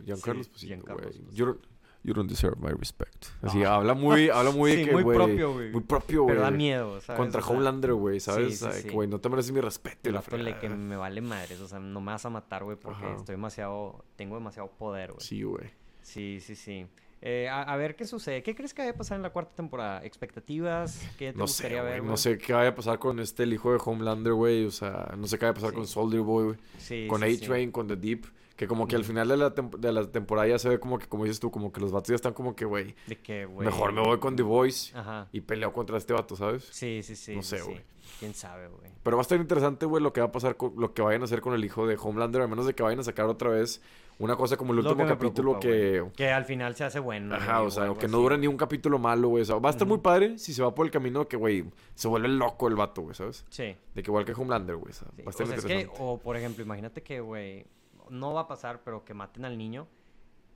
S2: Giancarlos
S1: Sí,
S2: Pusito,
S1: Giancarlos
S2: güey.
S1: Pusito.
S2: You don't, you don't deserve my respect. Así,
S1: Ah.
S2: habla muy, habla muy, de
S1: Sí,
S2: que,
S1: muy
S2: güey,
S1: propio, güey.
S2: Muy propio, güey.
S1: Pero da miedo, ¿sabes?
S2: Contra
S1: O sea,
S2: Homelander, güey,
S1: sí,
S2: ¿sabes?
S1: sí,
S2: Ay, que,
S1: sí.
S2: Güey, no te mereces mi respeto. y
S1: El
S2: la
S1: vato le que
S2: fregada.
S1: me vale madres, o sea, no me vas a matar, güey, porque
S2: Ajá.
S1: estoy demasiado, tengo demasiado poder, güey.
S2: Sí, güey.
S1: Sí, sí, sí. Eh, a, a ver qué sucede. ¿Qué crees que va a pasar en la cuarta temporada? ¿Expectativas? ¿Qué te
S2: No sé,
S1: gustaría
S2: güey.
S1: ver?
S2: No
S1: güey?
S2: sé qué vaya a pasar con este, el hijo de Homelander, güey. O sea, no sé qué vaya a pasar
S1: Sí.
S2: con Soldier Boy, güey.
S1: Sí,
S2: con
S1: sí, sí.
S2: A-Train, con The Deep. Que como que al final de la, tem- de la temporada ya se ve como que, como dices tú, como que los vatos ya están como que, güey,
S1: De que, güey.
S2: mejor me voy con The Voice
S1: Ajá.
S2: y peleo contra este vato, ¿sabes?
S1: Sí, sí, sí.
S2: No
S1: sí,
S2: sé,
S1: sí.
S2: güey.
S1: ¿Quién sabe, güey?
S2: Pero va a estar interesante, güey, lo que va a pasar con lo que vayan a hacer con el hijo de Homelander, a menos de que vayan a sacar otra vez una cosa como el
S1: Lo que
S2: último
S1: me
S2: capítulo
S1: preocupa,
S2: que.
S1: güey. Que al final se hace bueno.
S2: Ajá,
S1: güey,
S2: o sea,
S1: algo
S2: que no
S1: así.
S2: dure ni un capítulo malo, güey. O sea, va a estar muy
S1: Ujú.
S2: padre si se va por el camino que, güey, se vuelve loco el vato, güey, ¿sabes?
S1: Sí.
S2: De que igual que Homelander, güey. O sea,
S1: sí.
S2: va a
S1: O
S2: estar
S1: sea, es
S2: interesante.
S1: que, o por ejemplo, imagínate que, güey, no va a pasar, pero que maten al niño.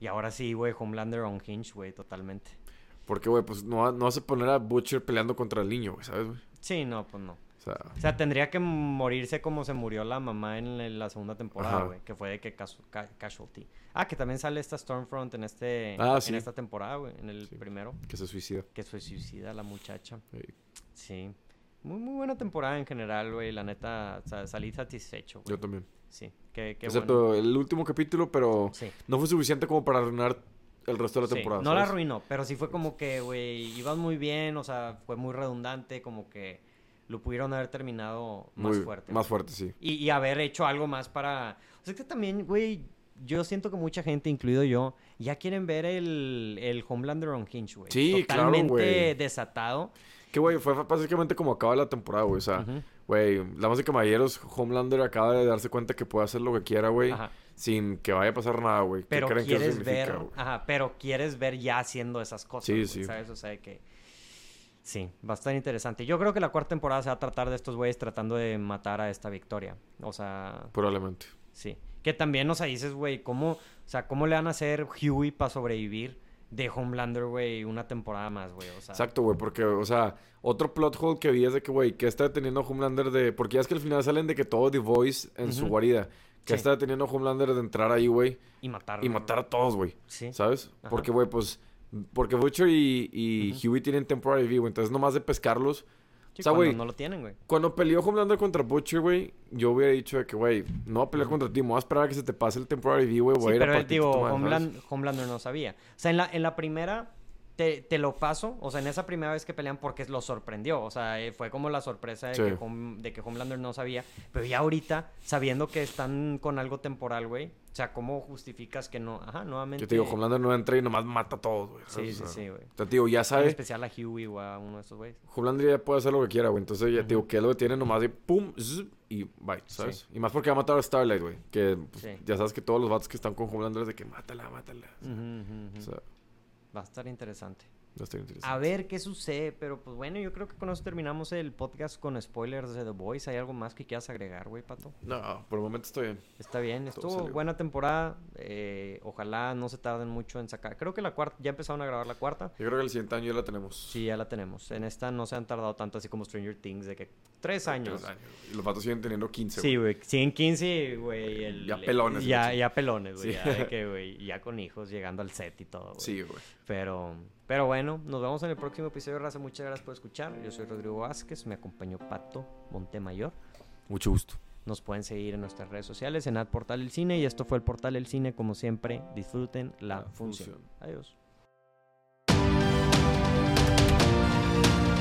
S1: Y ahora sí, güey, Homelander on Hinge, güey, totalmente.
S2: Porque, güey, pues no, va- no vas a poner a Butcher peleando contra el niño, güey, ¿sabes, güey?
S1: Sí, no, pues no.
S2: O sea,
S1: O sea, tendría que morirse como se murió la mamá en la- en la segunda temporada,
S2: Ajá.
S1: güey. Que fue de que casu- ca- casualty. Ah, que también sale esta Stormfront en este
S2: Ah,
S1: en
S2: sí.
S1: esta temporada, güey. En el
S2: Sí.
S1: primero.
S2: que se Eh, suicida.
S1: Que se suicida la muchacha.
S2: Ey,
S1: Sí. Muy, muy buena temporada en general, güey. La neta, o sea, salí satisfecho, güey.
S2: Yo también.
S1: Sí. Qué, qué
S2: Excepto
S1: bueno.
S2: el último capítulo, pero
S1: Sí.
S2: no fue suficiente como para arruinar el resto de la
S1: Sí,
S2: temporada.
S1: No la
S2: ¿sabes?
S1: arruinó, pero sí fue como que, güey, ibas muy bien, o sea, fue muy redundante, como que lo pudieron haber terminado más
S2: Muy-
S1: fuerte.
S2: Más fuerte, sí.
S1: Y, y haber hecho algo más para... O sea, es que también, güey, yo siento que mucha gente, incluido yo, ya quieren ver el, el Homelander on Hinge, güey.
S2: Sí, claro,
S1: Totalmente
S2: güey.
S1: desatado.
S2: Que, güey, fue básicamente como acaba la temporada, güey. O sea,
S1: Ujú.
S2: güey, Damas y Caballeros, Homelander acaba de darse cuenta que puede hacer lo que quiera, güey.
S1: Ajá.
S2: Sin que vaya a pasar nada, güey. ¿Qué
S1: Pero
S2: creen que eso
S1: quieres
S2: significa,
S1: ver...
S2: güey?
S1: Ajá, pero quieres ver ya haciendo esas cosas,
S2: Sí,
S1: güey,
S2: sí.
S1: ¿sabes? O sea, de que... Sí, bastante interesante. Yo creo que la cuarta temporada se va a tratar de estos güeyes tratando de matar a esta victoria. O sea,
S2: Probablemente.
S1: Sí. Que también, o sea, dices, güey, ¿cómo, o sea, ¿cómo le van a hacer Huey para sobrevivir de Homelander, güey, una temporada más, güey? O sea,
S2: Exacto, güey, porque, o sea, otro plot hole que vi es de que, güey, que está deteniendo a Homelander de... Porque ya es que al final salen de que todo The Voice en su
S1: Ujú.
S2: guarida.
S1: Sí.
S2: Que está deteniendo a Homelander de entrar ahí, güey,
S1: y matarlo.
S2: y matar a todos, güey.
S1: Sí.
S2: ¿Sabes?
S1: Ajá.
S2: Porque, güey, pues... Porque Butcher y, y Huey tienen temporary view, entonces nomás de pescarlos...
S1: Sí,
S2: o sea,
S1: cuando
S2: güey,
S1: no lo tienen, güey.
S2: cuando peleó Homelander contra Butcher, güey, yo hubiera dicho de que, güey, no voy a pelear contra ti, me voy a esperar a que se te pase el temporary view, güey,
S1: Sí,
S2: voy a ir a
S1: pero él,
S2: partirte tu
S1: digo,
S2: madre", ¿sabes?
S1: Homeland- Homelander no sabía. O sea, en la, en la primera te, te lo paso, o sea, en esa primera vez que pelean porque lo sorprendió, o sea, eh, fue como la sorpresa de,
S2: Sí.
S1: que Hom- de que Homelander no sabía, pero ya ahorita, sabiendo que están con algo temporal, güey, o sea, ¿cómo justificas que no? Ajá, nuevamente.
S2: Yo te digo, Homelander no entra y nomás mata a todos, güey.
S1: Sí,
S2: ¿sabes?
S1: sí,
S2: O sea,
S1: sí, güey.
S2: o sea, te digo, ya
S1: En
S2: sabe...
S1: especial a Huey o a uno de esos güeyes.
S2: Homelander ya puede hacer lo que quiera, güey. Entonces ya te digo que él lo detiene nomás de pum, zzz, y bye, ¿sabes? Y más porque va a matar a Starlight, güey. Que pues,
S1: Sí.
S2: ya sabes que todos los vatos que están con Homelander es de que mátala, mátala.
S1: Ujú, ujú, ujú.
S2: O sea,
S1: Va a estar interesante.
S2: no estoy
S1: A
S2: interesado.
S1: ver qué sucede, pero pues bueno, yo creo que con eso terminamos el podcast con spoilers de The Boys. ¿Hay algo más que quieras agregar, güey, Pato?
S2: No, por el momento estoy bien.
S1: Está bien, estuvo
S2: salió.
S1: buena temporada. eh, ojalá no se tarden mucho en sacar. Creo que la cuarta, ya empezaron a grabar la cuarta.
S2: Yo creo que el siguiente año ya la tenemos.
S1: Sí, ya la tenemos. En esta no se han tardado tanto así como Stranger Things, de que tres años.
S2: Tres años. Y los vatos siguen teniendo 15,
S1: Sí, güey, 115, güey. el-
S2: Ya pelones,
S1: Ya,
S2: güey.
S1: ya pelones, güey.
S2: Sí.
S1: Ya, de que, güey, ya con hijos llegando al set y todo, güey.
S2: Sí, güey.
S1: Pero, pero bueno, nos vemos en el próximo episodio, Raza. Muchas gracias por escuchar. Yo soy Rodrigo Vázquez, me acompañó Pato Montemayor.
S2: Mucho gusto.
S1: Nos pueden seguir en nuestras redes sociales, en Ad Portal El Cine. Y esto fue el Portal El Cine. Como siempre, disfruten la,
S2: La
S1: función.
S2: función.
S1: Adiós.